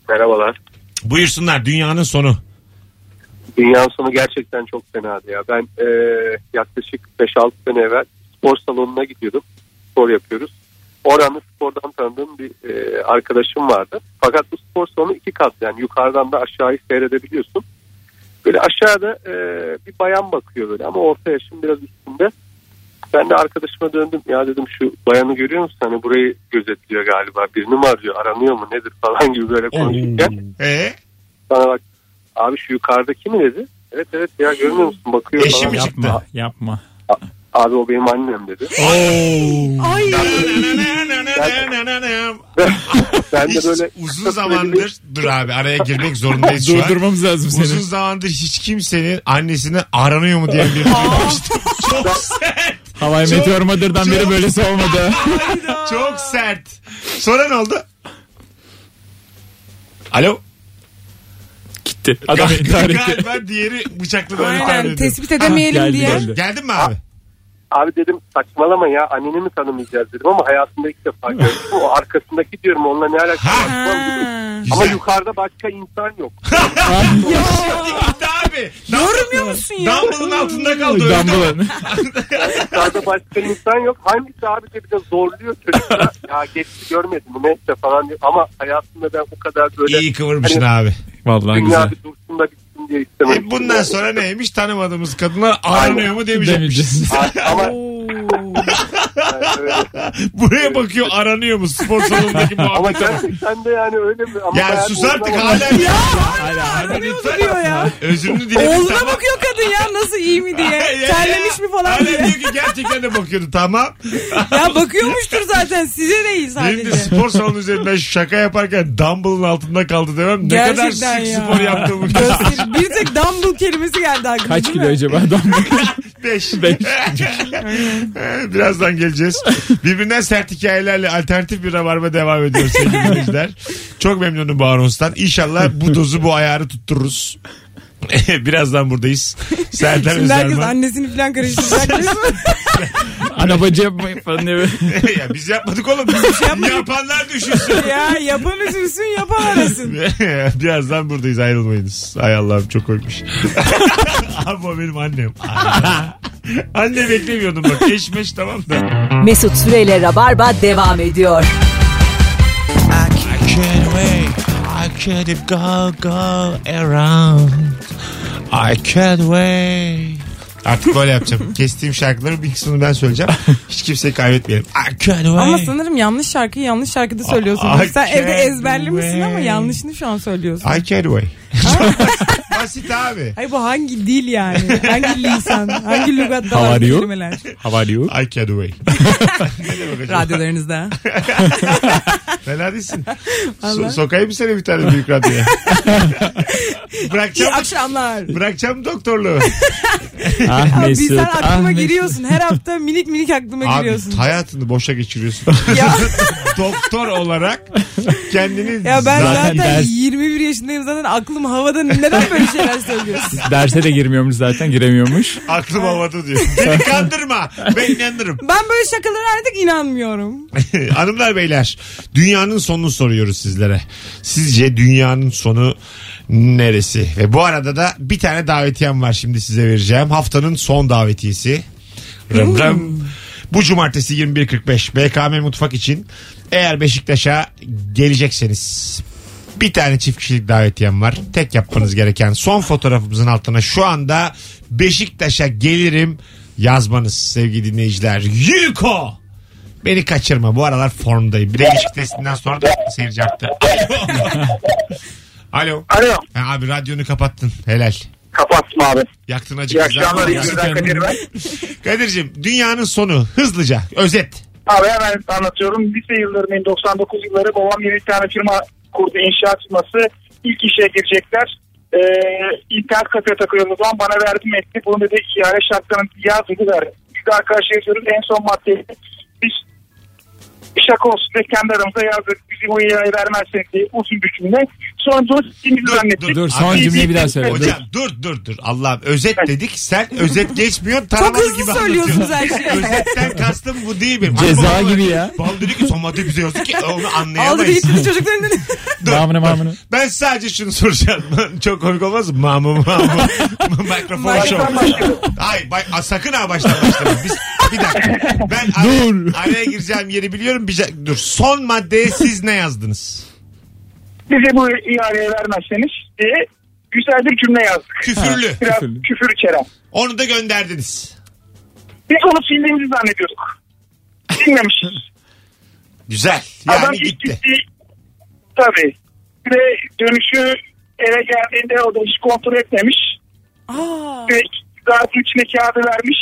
Speaker 6: Merhabalar.
Speaker 2: Buyursunlar dünyanın sonu.
Speaker 6: Dünyanın sonu gerçekten çok fenaydı ya. Ben e, yaklaşık 5-6 sene evvel spor salonuna gidiyordum. Spor yapıyoruz. Oranda spordan tanıdığım bir e, arkadaşım vardı. Fakat bu spor salonu iki kat yani yukarıdan da aşağıyı seyredebiliyorsun. Böyle aşağıda e, bir bayan bakıyor böyle ama orta yaşım biraz üstünde. Ben de arkadaşıma döndüm ya dedim şu bayanı görüyor musun hani burayı gözetliyor galiba birini mi arıyor aranıyor mu nedir falan gibi böyle konuşurken.
Speaker 2: Ee,
Speaker 6: Bana bak abi şu yukarıdaki mi dedi. Evet evet ya görmüyor musun bakıyor
Speaker 2: Eşi
Speaker 6: falan.
Speaker 2: mi
Speaker 3: Yapma yapma.
Speaker 6: Abi o benim annem dedi.
Speaker 4: Ay.
Speaker 6: Ben de
Speaker 2: Hiç
Speaker 6: böyle
Speaker 2: uzun zamandır dur abi araya girmek zorundayız şu an.
Speaker 3: Durdurmamız lazım seni.
Speaker 2: Uzun zamandır hiç kimsenin annesini aranıyor mu diye bir duymamıştım. Çok sert.
Speaker 3: Havai
Speaker 2: Çok-
Speaker 3: Meteor Mother'dan
Speaker 2: çok-
Speaker 3: beri böylesi olmadı.
Speaker 2: Çok sert. Sonra ne oldu? Alo.
Speaker 3: Gitti. Adam intihar etti.
Speaker 2: Galiba diğeri bıçaklı da intihar
Speaker 4: Aynen
Speaker 2: ediyor.
Speaker 4: tespit
Speaker 3: geldi,
Speaker 4: edemeyelim diye.
Speaker 3: geldi.
Speaker 2: Geldin mi abi?
Speaker 6: abi dedim saçmalama ya anneni mi tanımayacağız dedim ama hayatımda ilk defa gördüm. O arkasındaki diyorum onunla ne alakası var? Saçmalama.
Speaker 4: Ha.
Speaker 6: Ama
Speaker 2: Güzel.
Speaker 6: yukarıda başka insan yok.
Speaker 2: Gitti abi.
Speaker 4: Yormuyor musun ya?
Speaker 2: Dumble'ın altında kaldı. öyle de-
Speaker 3: Dumbledore.
Speaker 6: Yukarıda başka insan yok. Hangisi abi de bir de zorluyor çocuklar. ya geçti görmedim mi neyse falan diyor. Ama hayatımda ben o kadar böyle
Speaker 2: İyi kıvırmışsın abi.
Speaker 3: Vallahi
Speaker 6: dünya
Speaker 3: güzel.
Speaker 6: bir dursun da bitsin diye istemedim.
Speaker 2: E bundan sonra neymiş tanımadığımız kadınlar aranıyor mu demeyecekmiş.
Speaker 3: Demeyeceğiz.
Speaker 6: Ama
Speaker 4: Oo.
Speaker 6: öyle.
Speaker 2: Buraya bakıyor aranıyor mu spor salonundaki
Speaker 6: Ama
Speaker 2: muhabbete bak.
Speaker 6: gerçekten de yani öyle mi? Ama
Speaker 2: Ya
Speaker 6: ben
Speaker 2: sus
Speaker 6: oğluna
Speaker 2: artık
Speaker 6: bak-
Speaker 2: hala. Ya,
Speaker 4: Aranıyor mu diyor ya?
Speaker 2: Özümlü dilerim.
Speaker 4: Oğluna bakıyor kadın ya nasıl iyi mi diye. Terlemiş mi falan diye.
Speaker 2: diye. diyor ki gerçekten de bakıyordu tamam.
Speaker 4: Ya bakıyormuştur zaten size değil
Speaker 2: Benim de
Speaker 4: sadece.
Speaker 2: spor salonu üzerinden şaka yaparken Dumble'ın altında kaldı demem. Ne kadar
Speaker 4: Gerçekten
Speaker 2: sık
Speaker 4: ya.
Speaker 2: spor yaptığımı
Speaker 4: Göster- bir tek dumbbell kelimesi geldi aklıma
Speaker 3: Kaç
Speaker 4: değil
Speaker 3: kilo
Speaker 4: mi?
Speaker 3: acaba adam?
Speaker 2: Beş.
Speaker 3: Beş.
Speaker 2: Birazdan geleceğiz. Birbirinden sert hikayelerle alternatif bir rabarba devam ediyor sevgili dinleyiciler. Çok memnunum bu anonstan. İnşallah bu dozu bu ayarı tuttururuz. Birazdan buradayız. Serdar
Speaker 4: Şimdi herkes
Speaker 2: Özerman.
Speaker 4: annesini falan karıştıracak.
Speaker 3: Ana bacı yapmayın falan diye. böyle.
Speaker 2: ya biz yapmadık oğlum. Yapanlar düşünsün.
Speaker 4: ya yapan üzülsün yapan arasın.
Speaker 2: Birazdan buradayız ayrılmayınız. Ay Allah'ım çok koymuş. Ama benim annem. Anne beklemiyordum bak. Eşmeş tamam da.
Speaker 1: Mesut Süreyle Rabarba devam ediyor.
Speaker 2: I can't wait. I can't go go around. I can't wait. Artık böyle yapacağım. Kestiğim şarkıların bir kısmını ben söyleyeceğim. Hiç kimseyi kaybetmeyelim. I can't wait.
Speaker 4: Ama sanırım yanlış şarkıyı yanlış şarkıda söylüyorsun.
Speaker 2: I
Speaker 4: Sen evde
Speaker 2: can't
Speaker 4: ezberli misin ama
Speaker 2: wait.
Speaker 4: yanlışını şu an söylüyorsun.
Speaker 2: I can't wait. Basit abi.
Speaker 4: Ay bu hangi dil yani? Hangi lisan? Hangi lügatta
Speaker 3: How
Speaker 4: var
Speaker 3: are
Speaker 4: bu
Speaker 3: you?
Speaker 4: kelimeler?
Speaker 3: How are you?
Speaker 2: I can't wait. Ne demek acaba?
Speaker 4: Radyolarınızda.
Speaker 2: Fena değilsin. So- sokayım mı seni bir tane büyük radyoya?
Speaker 4: İyi
Speaker 2: bırakacağım,
Speaker 4: akşamlar.
Speaker 2: bırakacağım doktorluğu.
Speaker 3: Ah
Speaker 4: Abi
Speaker 3: Mesut.
Speaker 4: sen
Speaker 3: Ah
Speaker 4: aklıma
Speaker 3: Mesut.
Speaker 4: giriyorsun. Her hafta minik minik aklıma
Speaker 2: Abi
Speaker 4: giriyorsun.
Speaker 2: hayatını boşa geçiriyorsun.
Speaker 4: Ya.
Speaker 2: doktor olarak Kendini
Speaker 4: Ya ben
Speaker 2: zaten-
Speaker 4: zaten,
Speaker 3: ders-
Speaker 4: 21 yaşındayım zaten aklım havada neden böyle şeyler söylüyorsun?
Speaker 3: Derse de girmiyormuş zaten giremiyormuş.
Speaker 2: aklım havada diyor. Beni kandırma. Ben inanırım.
Speaker 4: Ben böyle şakalara artık inanmıyorum.
Speaker 2: Hanımlar beyler dünyanın sonunu soruyoruz sizlere. Sizce dünyanın sonu neresi? Ve bu arada da bir tane davetiyem var şimdi size vereceğim. Haftanın son davetiyesi. Rım rım. Bu cumartesi 21.45 BKM Mutfak için eğer Beşiktaş'a gelecekseniz bir tane çift kişilik davetiyem var. Tek yapmanız gereken son fotoğrafımızın altına şu anda Beşiktaş'a gelirim yazmanız sevgili dinleyiciler. Yuko! Beni kaçırma. Bu aralar formdayım. Bir de ilişki testinden sonra da seyirci arttı. Alo.
Speaker 10: Alo.
Speaker 2: Ha, abi radyonu kapattın. Helal.
Speaker 10: Kapatma abi.
Speaker 2: Yaktın
Speaker 10: İyi
Speaker 2: acık.
Speaker 10: akşamlar. İyi günler Kadir ben.
Speaker 2: Kadir'cim dünyanın sonu. Hızlıca. Özet.
Speaker 10: Abi hemen anlatıyorum. Lise yıllarındayım. 99 yılları. Babam yeni bir tane firma kurdu. inşaat firması. İlk işe girecekler. Ee, internet kafeye takıyoruz o zaman. Bana verdim etti. Bunu dedi ihale şartlarını yaz dedi verdi. Biz de arkadaşlar yazıyoruz. En son maddeyi biz bir şaka olsun diye kendi aramıza yazdık. Bizim o ihaleyi vermezseniz diye uzun bir cümle. Sonra bunu
Speaker 2: Dur,
Speaker 10: sizi zannettik.
Speaker 2: dur,
Speaker 3: Dur son
Speaker 2: Abi,
Speaker 3: cümleyi bir daha söyle. Dur.
Speaker 2: Hocam dur dur dur. Allah'ım özet dedik. Sen özet geçmiyorsun. taramalı
Speaker 4: hızlı
Speaker 2: gibi
Speaker 4: söylüyorsunuz
Speaker 2: anlatıyorsun.
Speaker 4: her şeyi.
Speaker 2: Özetten kastım bu değil benim.
Speaker 3: Ceza
Speaker 2: Ama baba-
Speaker 3: gibi ya.
Speaker 2: Baba dedi ki son madde bize yazdı ki onu
Speaker 4: Aldı
Speaker 2: anlayamayız.
Speaker 4: gitti çocukların önüne.
Speaker 2: Dur,
Speaker 3: Mamını
Speaker 2: dur.
Speaker 3: mamını.
Speaker 2: Ben sadece şunu soracağım. Çok komik olmaz mı? Mamu mamu. Mikrofon
Speaker 4: Baştan
Speaker 2: şov. Hayır bay, a, sakın ha baştan başlamayın. Biz, bir dakika. Ben araya,
Speaker 3: Dur.
Speaker 2: araya gireceğim yeri biliyorum. Bir, şey- dur. Son maddeye siz ne yazdınız?
Speaker 10: Bize bu ihaleye vermezseniz diye güzel bir cümle yazdık.
Speaker 2: Küfürlü.
Speaker 10: Biraz
Speaker 3: Küfürlü.
Speaker 10: küfür içeren.
Speaker 2: Onu da gönderdiniz.
Speaker 10: Biz onu sildiğimizi zannediyorduk. Silmemişiz.
Speaker 2: Güzel. Yani
Speaker 10: Adam ilk
Speaker 2: gitti.
Speaker 10: gitti. Tabii. Bir de dönüşü eve geldiğinde o da hiç kontrol etmemiş.
Speaker 4: Aa,
Speaker 10: Ve zaten içine kağıdı vermiş.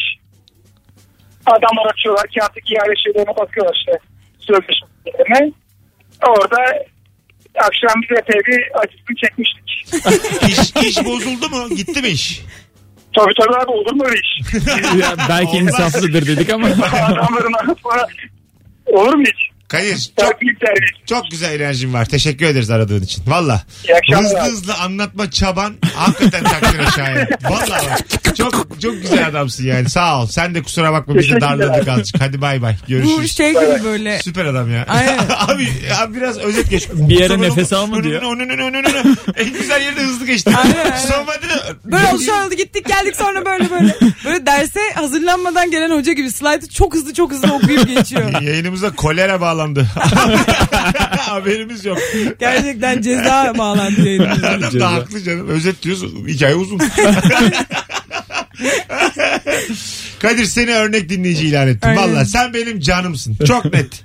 Speaker 10: Adamlar açıyorlar. Kağıttaki ihale şeylerine bakıyorlar işte. Sözleşmelerine. Orada akşam biz epey bir acısını çekmiştik.
Speaker 2: İş, iş bozuldu mu? Gitti mi iş?
Speaker 10: tabii tabii abi olur mu öyle iş?
Speaker 3: Ya, belki
Speaker 2: Olmaz.
Speaker 3: insaflıdır dedik ama.
Speaker 10: Adamların arasına olur mu hiç?
Speaker 2: Kadir çok,
Speaker 10: Çok büyük servis.
Speaker 2: çok güzel enerjin var. Teşekkür ederiz aradığın için. Valla.
Speaker 10: İyi akşamlar.
Speaker 2: Hızlı hızlı anlatma çaban. Hakikaten takdir aşağıya. Valla bak. Çok, çok güzel adamsın yani. Sağ ol. Sen de kusura bakma bizi
Speaker 10: Teşekkürler.
Speaker 2: darladık azıcık. Hadi bay bay. Görüşürüz.
Speaker 4: bu şey gibi böyle.
Speaker 2: Süper adam ya.
Speaker 4: Aynen.
Speaker 2: abi, abi biraz özet geç.
Speaker 3: Bir yere nefes alma diyor.
Speaker 2: Önünün önünün önünün. En güzel yerde hızlı geçti.
Speaker 4: Aynen.
Speaker 2: Son maddede-
Speaker 4: Böyle oldu şöyle oldu gittik geldik sonra böyle böyle. Böyle derse hazırlanmadan gelen hoca gibi slaytı çok hızlı çok hızlı okuyup geçiyor.
Speaker 2: Yayınımıza kolera bağlandı. Haberimiz yok.
Speaker 4: Gerçekten ceza bağlandı yayınımız.
Speaker 2: Adam da haklı canım. Özet diyoruz. Hikaye uzun. Kadir seni örnek dinleyici ilan ettim.
Speaker 4: Aynen.
Speaker 2: Valla sen benim canımsın. Çok net.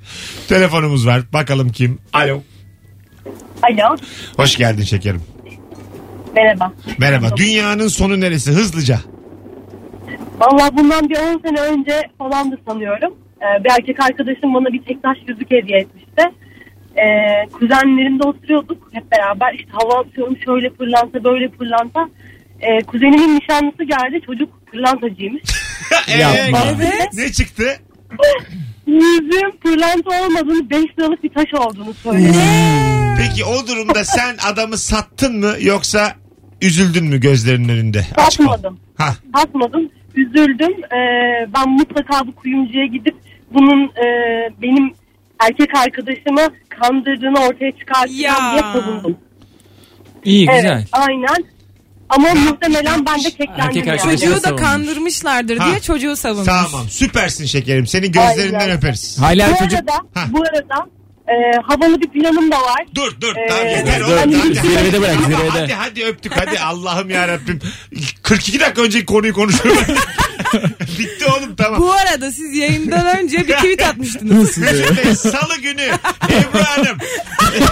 Speaker 2: Telefonumuz var. Bakalım kim? Alo.
Speaker 11: Alo
Speaker 2: Hoş geldin şekerim.
Speaker 11: merhaba.
Speaker 2: Merhaba. Dünyanın sonu neresi? Hızlıca.
Speaker 11: Valla bundan bir 10 sene önce falandı sanıyorum. Ee, bir erkek arkadaşım bana bir tektaş yüzük hediye etmişti. Ee, kuzenlerimde oturuyorduk hep beraber. İşte hava atıyorum şöyle pırlanta böyle pırlanta. Ee, kuzenimin nişanlısı geldi çocuk pırlantacıymış.
Speaker 3: Yapma.
Speaker 4: Evet.
Speaker 2: Ne çıktı?
Speaker 11: Yüzüğün pırlanta olmadığını 5 liralık bir taş olduğunu söyledi.
Speaker 2: Peki o durumda sen adamı sattın mı yoksa üzüldün mü gözlerinin önünde? Aşk ol.
Speaker 11: Satmadım.
Speaker 2: Ha.
Speaker 11: Satmadım. Üzüldüm. Ee, ben mutlaka bu kuyumcuya gidip bunun e, benim erkek arkadaşımı kandırdığını ortaya çıkartacağım
Speaker 4: Ya.
Speaker 11: diye savundum.
Speaker 3: İyi güzel.
Speaker 11: Evet aynen. Ama muhtemelen ben de teklendim.
Speaker 3: Erkek
Speaker 11: yani.
Speaker 3: arkadaşı-
Speaker 4: Çocuğu da
Speaker 3: savunmuş.
Speaker 4: kandırmışlardır
Speaker 2: Ha.
Speaker 4: diye çocuğu savunmuş.
Speaker 2: Tamam süpersin şekerim. Seni gözlerinden
Speaker 11: Aynen.
Speaker 2: öperiz.
Speaker 3: Hala
Speaker 11: Bu
Speaker 3: çocuk
Speaker 11: arada,
Speaker 2: Ha.
Speaker 11: bu arada e, havalı bir planım da var.
Speaker 2: Dur dur
Speaker 11: Ee,
Speaker 2: tamam yeter
Speaker 11: dur,
Speaker 2: oğlum.
Speaker 11: hani
Speaker 2: Hadi,
Speaker 3: zirvede bırak,
Speaker 2: Ama
Speaker 3: zirvede.
Speaker 2: Hadi hadi öptük hadi Allah'ım yarabbim. 42 dakika önceki konuyu konuşuyorum. Bitti oğlum tamam.
Speaker 4: Bu arada siz yayından önce bir tweet atmıştınız.
Speaker 2: Mesut Bey, Salı günü Ebru Hanım.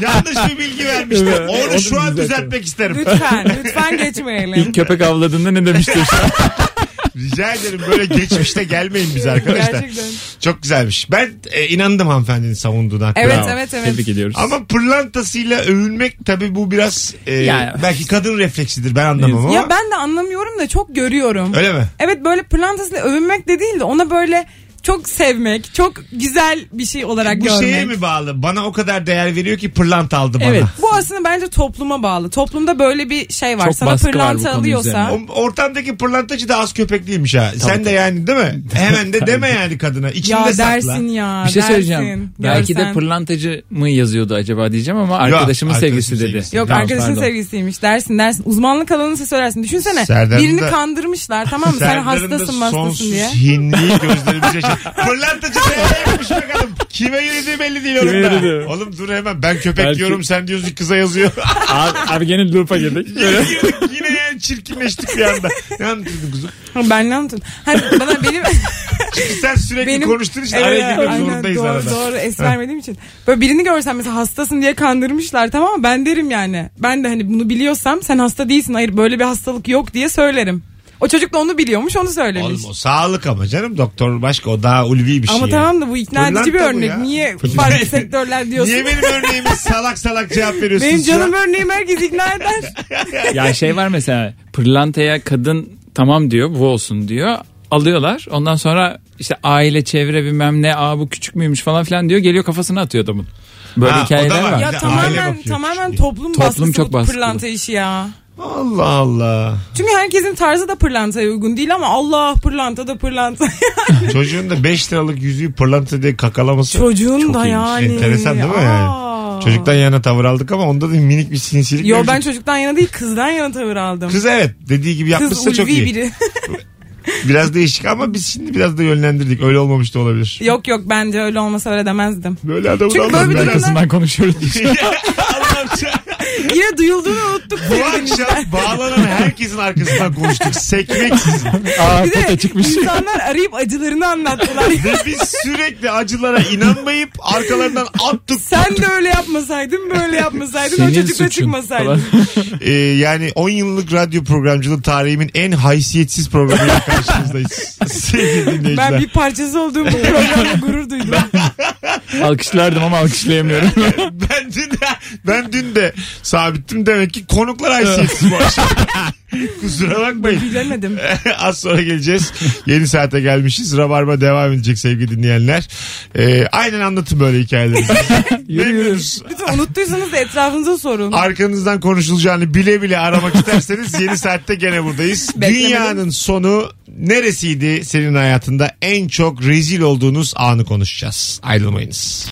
Speaker 2: Yanlış bir bilgi vermiştim.
Speaker 3: Evet,
Speaker 2: Onu
Speaker 3: onu
Speaker 2: şu an
Speaker 3: düzeltelim.
Speaker 2: düzeltmek isterim.
Speaker 4: lütfen lütfen geçmeyelim.
Speaker 3: ilk köpek avladığında ne demiştin?
Speaker 2: Rica ederim böyle geçmişte gelmeyin biz arkadaşlar.
Speaker 4: Gerçekten.
Speaker 2: Çok güzelmiş. Ben e, inandım hanımefendinin savunduğuna. hakikaten.
Speaker 4: Evet
Speaker 3: Bravo.
Speaker 4: evet evet.
Speaker 3: Tebrik ediyoruz.
Speaker 2: Ama pırlantasıyla övünmek tabi bu biraz e,
Speaker 3: Yani-
Speaker 2: belki kadın refleksidir ben anlamam ama.
Speaker 4: Ya ben de anlamıyorum da çok görüyorum.
Speaker 2: Öyle mi?
Speaker 4: Evet böyle plantasıyla övünmek de değil de ona böyle çok sevmek, çok güzel bir şey olarak
Speaker 2: Bu
Speaker 4: görmek.
Speaker 2: şeye mi bağlı? Bana o kadar değer veriyor ki pırlant aldı bana.
Speaker 3: Evet.
Speaker 4: Bu aslında bence topluma bağlı. Toplumda böyle bir şey var.
Speaker 3: Çok
Speaker 4: Sana
Speaker 3: baskı var bu
Speaker 4: pırlanta
Speaker 3: konu
Speaker 4: alıyorsa.
Speaker 3: üzerine.
Speaker 2: O- Ortamdaki pırlantacı da az köpek değilmiş ha. Sen de yani değil mi? Hemen de deme yani kadına. İçinde
Speaker 4: Ya
Speaker 2: sakla.
Speaker 4: dersin ya.
Speaker 3: Bir şey
Speaker 4: dersin,
Speaker 3: söyleyeceğim. Belki de
Speaker 4: görsen.
Speaker 3: pırlantacı mı yazıyordu acaba diyeceğim ama arkadaşımın
Speaker 2: arkadaşımın
Speaker 3: sevgisi
Speaker 2: sevgisi.
Speaker 3: dedi.
Speaker 4: Yok
Speaker 3: Tamam,
Speaker 4: arkadaşın
Speaker 3: pardon.
Speaker 4: sevgilisiymiş dersin dersin. Uzmanlık alanını size söylersin. Düşünsene
Speaker 2: Serdar'ın
Speaker 4: birini
Speaker 2: da-
Speaker 4: kandırmışlar tamam mı? Sen
Speaker 2: Serdar'ın da
Speaker 4: hastasın hastasın
Speaker 2: sonsuz
Speaker 4: diye.
Speaker 2: hinliği gözlerimize şey. Pırlantacı nereye yapmış bakalım. Kime yürüdüğü belli değil
Speaker 3: Kime
Speaker 2: onun
Speaker 3: yürüdü?
Speaker 2: da. Oğlum dur hemen ben köpek
Speaker 3: Belki-
Speaker 2: diyorum sen diyorsun ki kıza yazıyor.
Speaker 3: Abi, abi gene loop'a girdik. Böyle.
Speaker 2: Girdik, Yine yani çirkinleştik bir anda. Ne anlatıyordun kuzum?
Speaker 4: Ha, Ben ne anlatıyorum? Hani bana benim...
Speaker 2: Sen sürekli
Speaker 4: benim
Speaker 2: konuştuğun için
Speaker 4: Evet,
Speaker 2: araya girmek
Speaker 4: aynen,
Speaker 2: zorundayız
Speaker 4: doğru,
Speaker 2: arada.
Speaker 4: Doğru es vermediğim için. Böyle birini görsem mesela hastasın diye kandırmışlar tamam mı? Ben derim yani. Ben de hani bunu biliyorsam sen hasta değilsin. Hayır böyle bir hastalık yok diye söylerim. O çocuk da onu biliyormuş onu söylemiş.
Speaker 2: Oğlum o sağlık ama canım doktor başka o daha ulvi bir şey.
Speaker 4: Ama
Speaker 2: yani.
Speaker 4: tamam da bu ikna
Speaker 2: Pırlanta
Speaker 4: edici bir
Speaker 2: bu
Speaker 4: örnek.
Speaker 2: ya.
Speaker 4: Niye
Speaker 2: Pırlanta.
Speaker 4: farklı sektörler diyorsun?
Speaker 2: Niye benim örneğimi salak salak cevap veriyorsun?
Speaker 4: Benim canım örneğim herkes ikna eder.
Speaker 3: Ya şey var mesela pırlantaya kadın tamam diyor bu olsun diyor. Alıyorlar ondan sonra işte aile çevre bilmem ne aa bu küçük müymüş falan filan diyor geliyor kafasına atıyor adamın. Böyle
Speaker 2: Ha, o da
Speaker 3: hikayeler
Speaker 2: var.
Speaker 3: var.
Speaker 4: Ya
Speaker 2: Aile şey.
Speaker 4: tamamen
Speaker 2: bakıyormuş
Speaker 4: tamamen
Speaker 2: diye.
Speaker 4: toplum,
Speaker 3: Toplum
Speaker 4: baskısı
Speaker 3: çok
Speaker 4: bu
Speaker 3: baskılı.
Speaker 4: pırlanta işi ya.
Speaker 2: Allah Allah.
Speaker 4: Çünkü herkesin tarzı da pırlantaya uygun değil ama Allah pırlanta da pırlanta.
Speaker 2: Çocuğun da 5 liralık yüzüğü pırlanta diye kakalaması.
Speaker 4: Çocuğun
Speaker 2: çok
Speaker 4: da
Speaker 3: şey.
Speaker 2: iyiymiş.
Speaker 4: yani.
Speaker 2: Enteresan değil mi yani?
Speaker 4: Aa.
Speaker 2: Çocuktan yana tavır aldık ama onda da minik bir sinsilik.
Speaker 4: Yo
Speaker 2: mevcut.
Speaker 4: ben çocuktan yana değil kızdan yana tavır aldım.
Speaker 2: Kız evet dediği gibi
Speaker 4: Kız
Speaker 2: yapmışsa
Speaker 4: ulvi
Speaker 2: çok iyi.
Speaker 4: biri.
Speaker 2: Biraz değişik ama biz şimdi biraz da yönlendirdik. Öyle olmamış da olabilir.
Speaker 4: yok yok bence öyle olmasa öyle demezdim.
Speaker 2: Böyle adamı
Speaker 4: Çünkü
Speaker 2: da almam
Speaker 4: böyle bir
Speaker 2: ben.
Speaker 4: durumda-
Speaker 3: Arkasından konuşuyoruz.
Speaker 2: Allah'ım.
Speaker 4: Yine duyulduğunu unuttuk.
Speaker 2: Bu akşam bağlanan herkesin arkasından konuştuk. Sekmeksiz.
Speaker 3: Aa
Speaker 4: Bir
Speaker 3: foto
Speaker 4: de
Speaker 3: çıkmış.
Speaker 4: insanlar arayıp acılarını anlattılar.
Speaker 2: Ve biz sürekli acılara inanmayıp arkalarından attık.
Speaker 4: Sen de öyle yapmasaydın böyle yapmasaydın o
Speaker 3: Senin
Speaker 4: çocukla
Speaker 3: suçun
Speaker 4: çıkmasaydın.
Speaker 3: falan.
Speaker 2: Ee, yani 10 yıllık radyo programcılığı tarihimin en haysiyetsiz programıyla karşınızdayız. Sevgili dinleyiciler.
Speaker 4: Ben bir parçası olduğum bu programda gurur duydum.
Speaker 3: Alkışlardım ama alkışlayamıyorum.
Speaker 2: Ben dün de, ben dün de sabittim demek ki konuklar haysiyetsiz bu akşam. Kusura bakmayın.
Speaker 4: Bilemedim.
Speaker 2: Az sonra geleceğiz. Yeni saate gelmişiz. Rabarba devam edecek sevgili dinleyenler. Ee, aynen anlatın böyle hikayeleri. Memnunuz.
Speaker 4: Lütfen unuttuysanız da etrafınıza sorun.
Speaker 2: Arkanızdan konuşulacağını bile bile aramak isterseniz yeni saatte gene buradayız.
Speaker 4: Beklemedim.
Speaker 2: Dünyanın sonu neresiydi senin hayatında en çok rezil olduğunuz anı konuşacağız. Ayrılmayınız.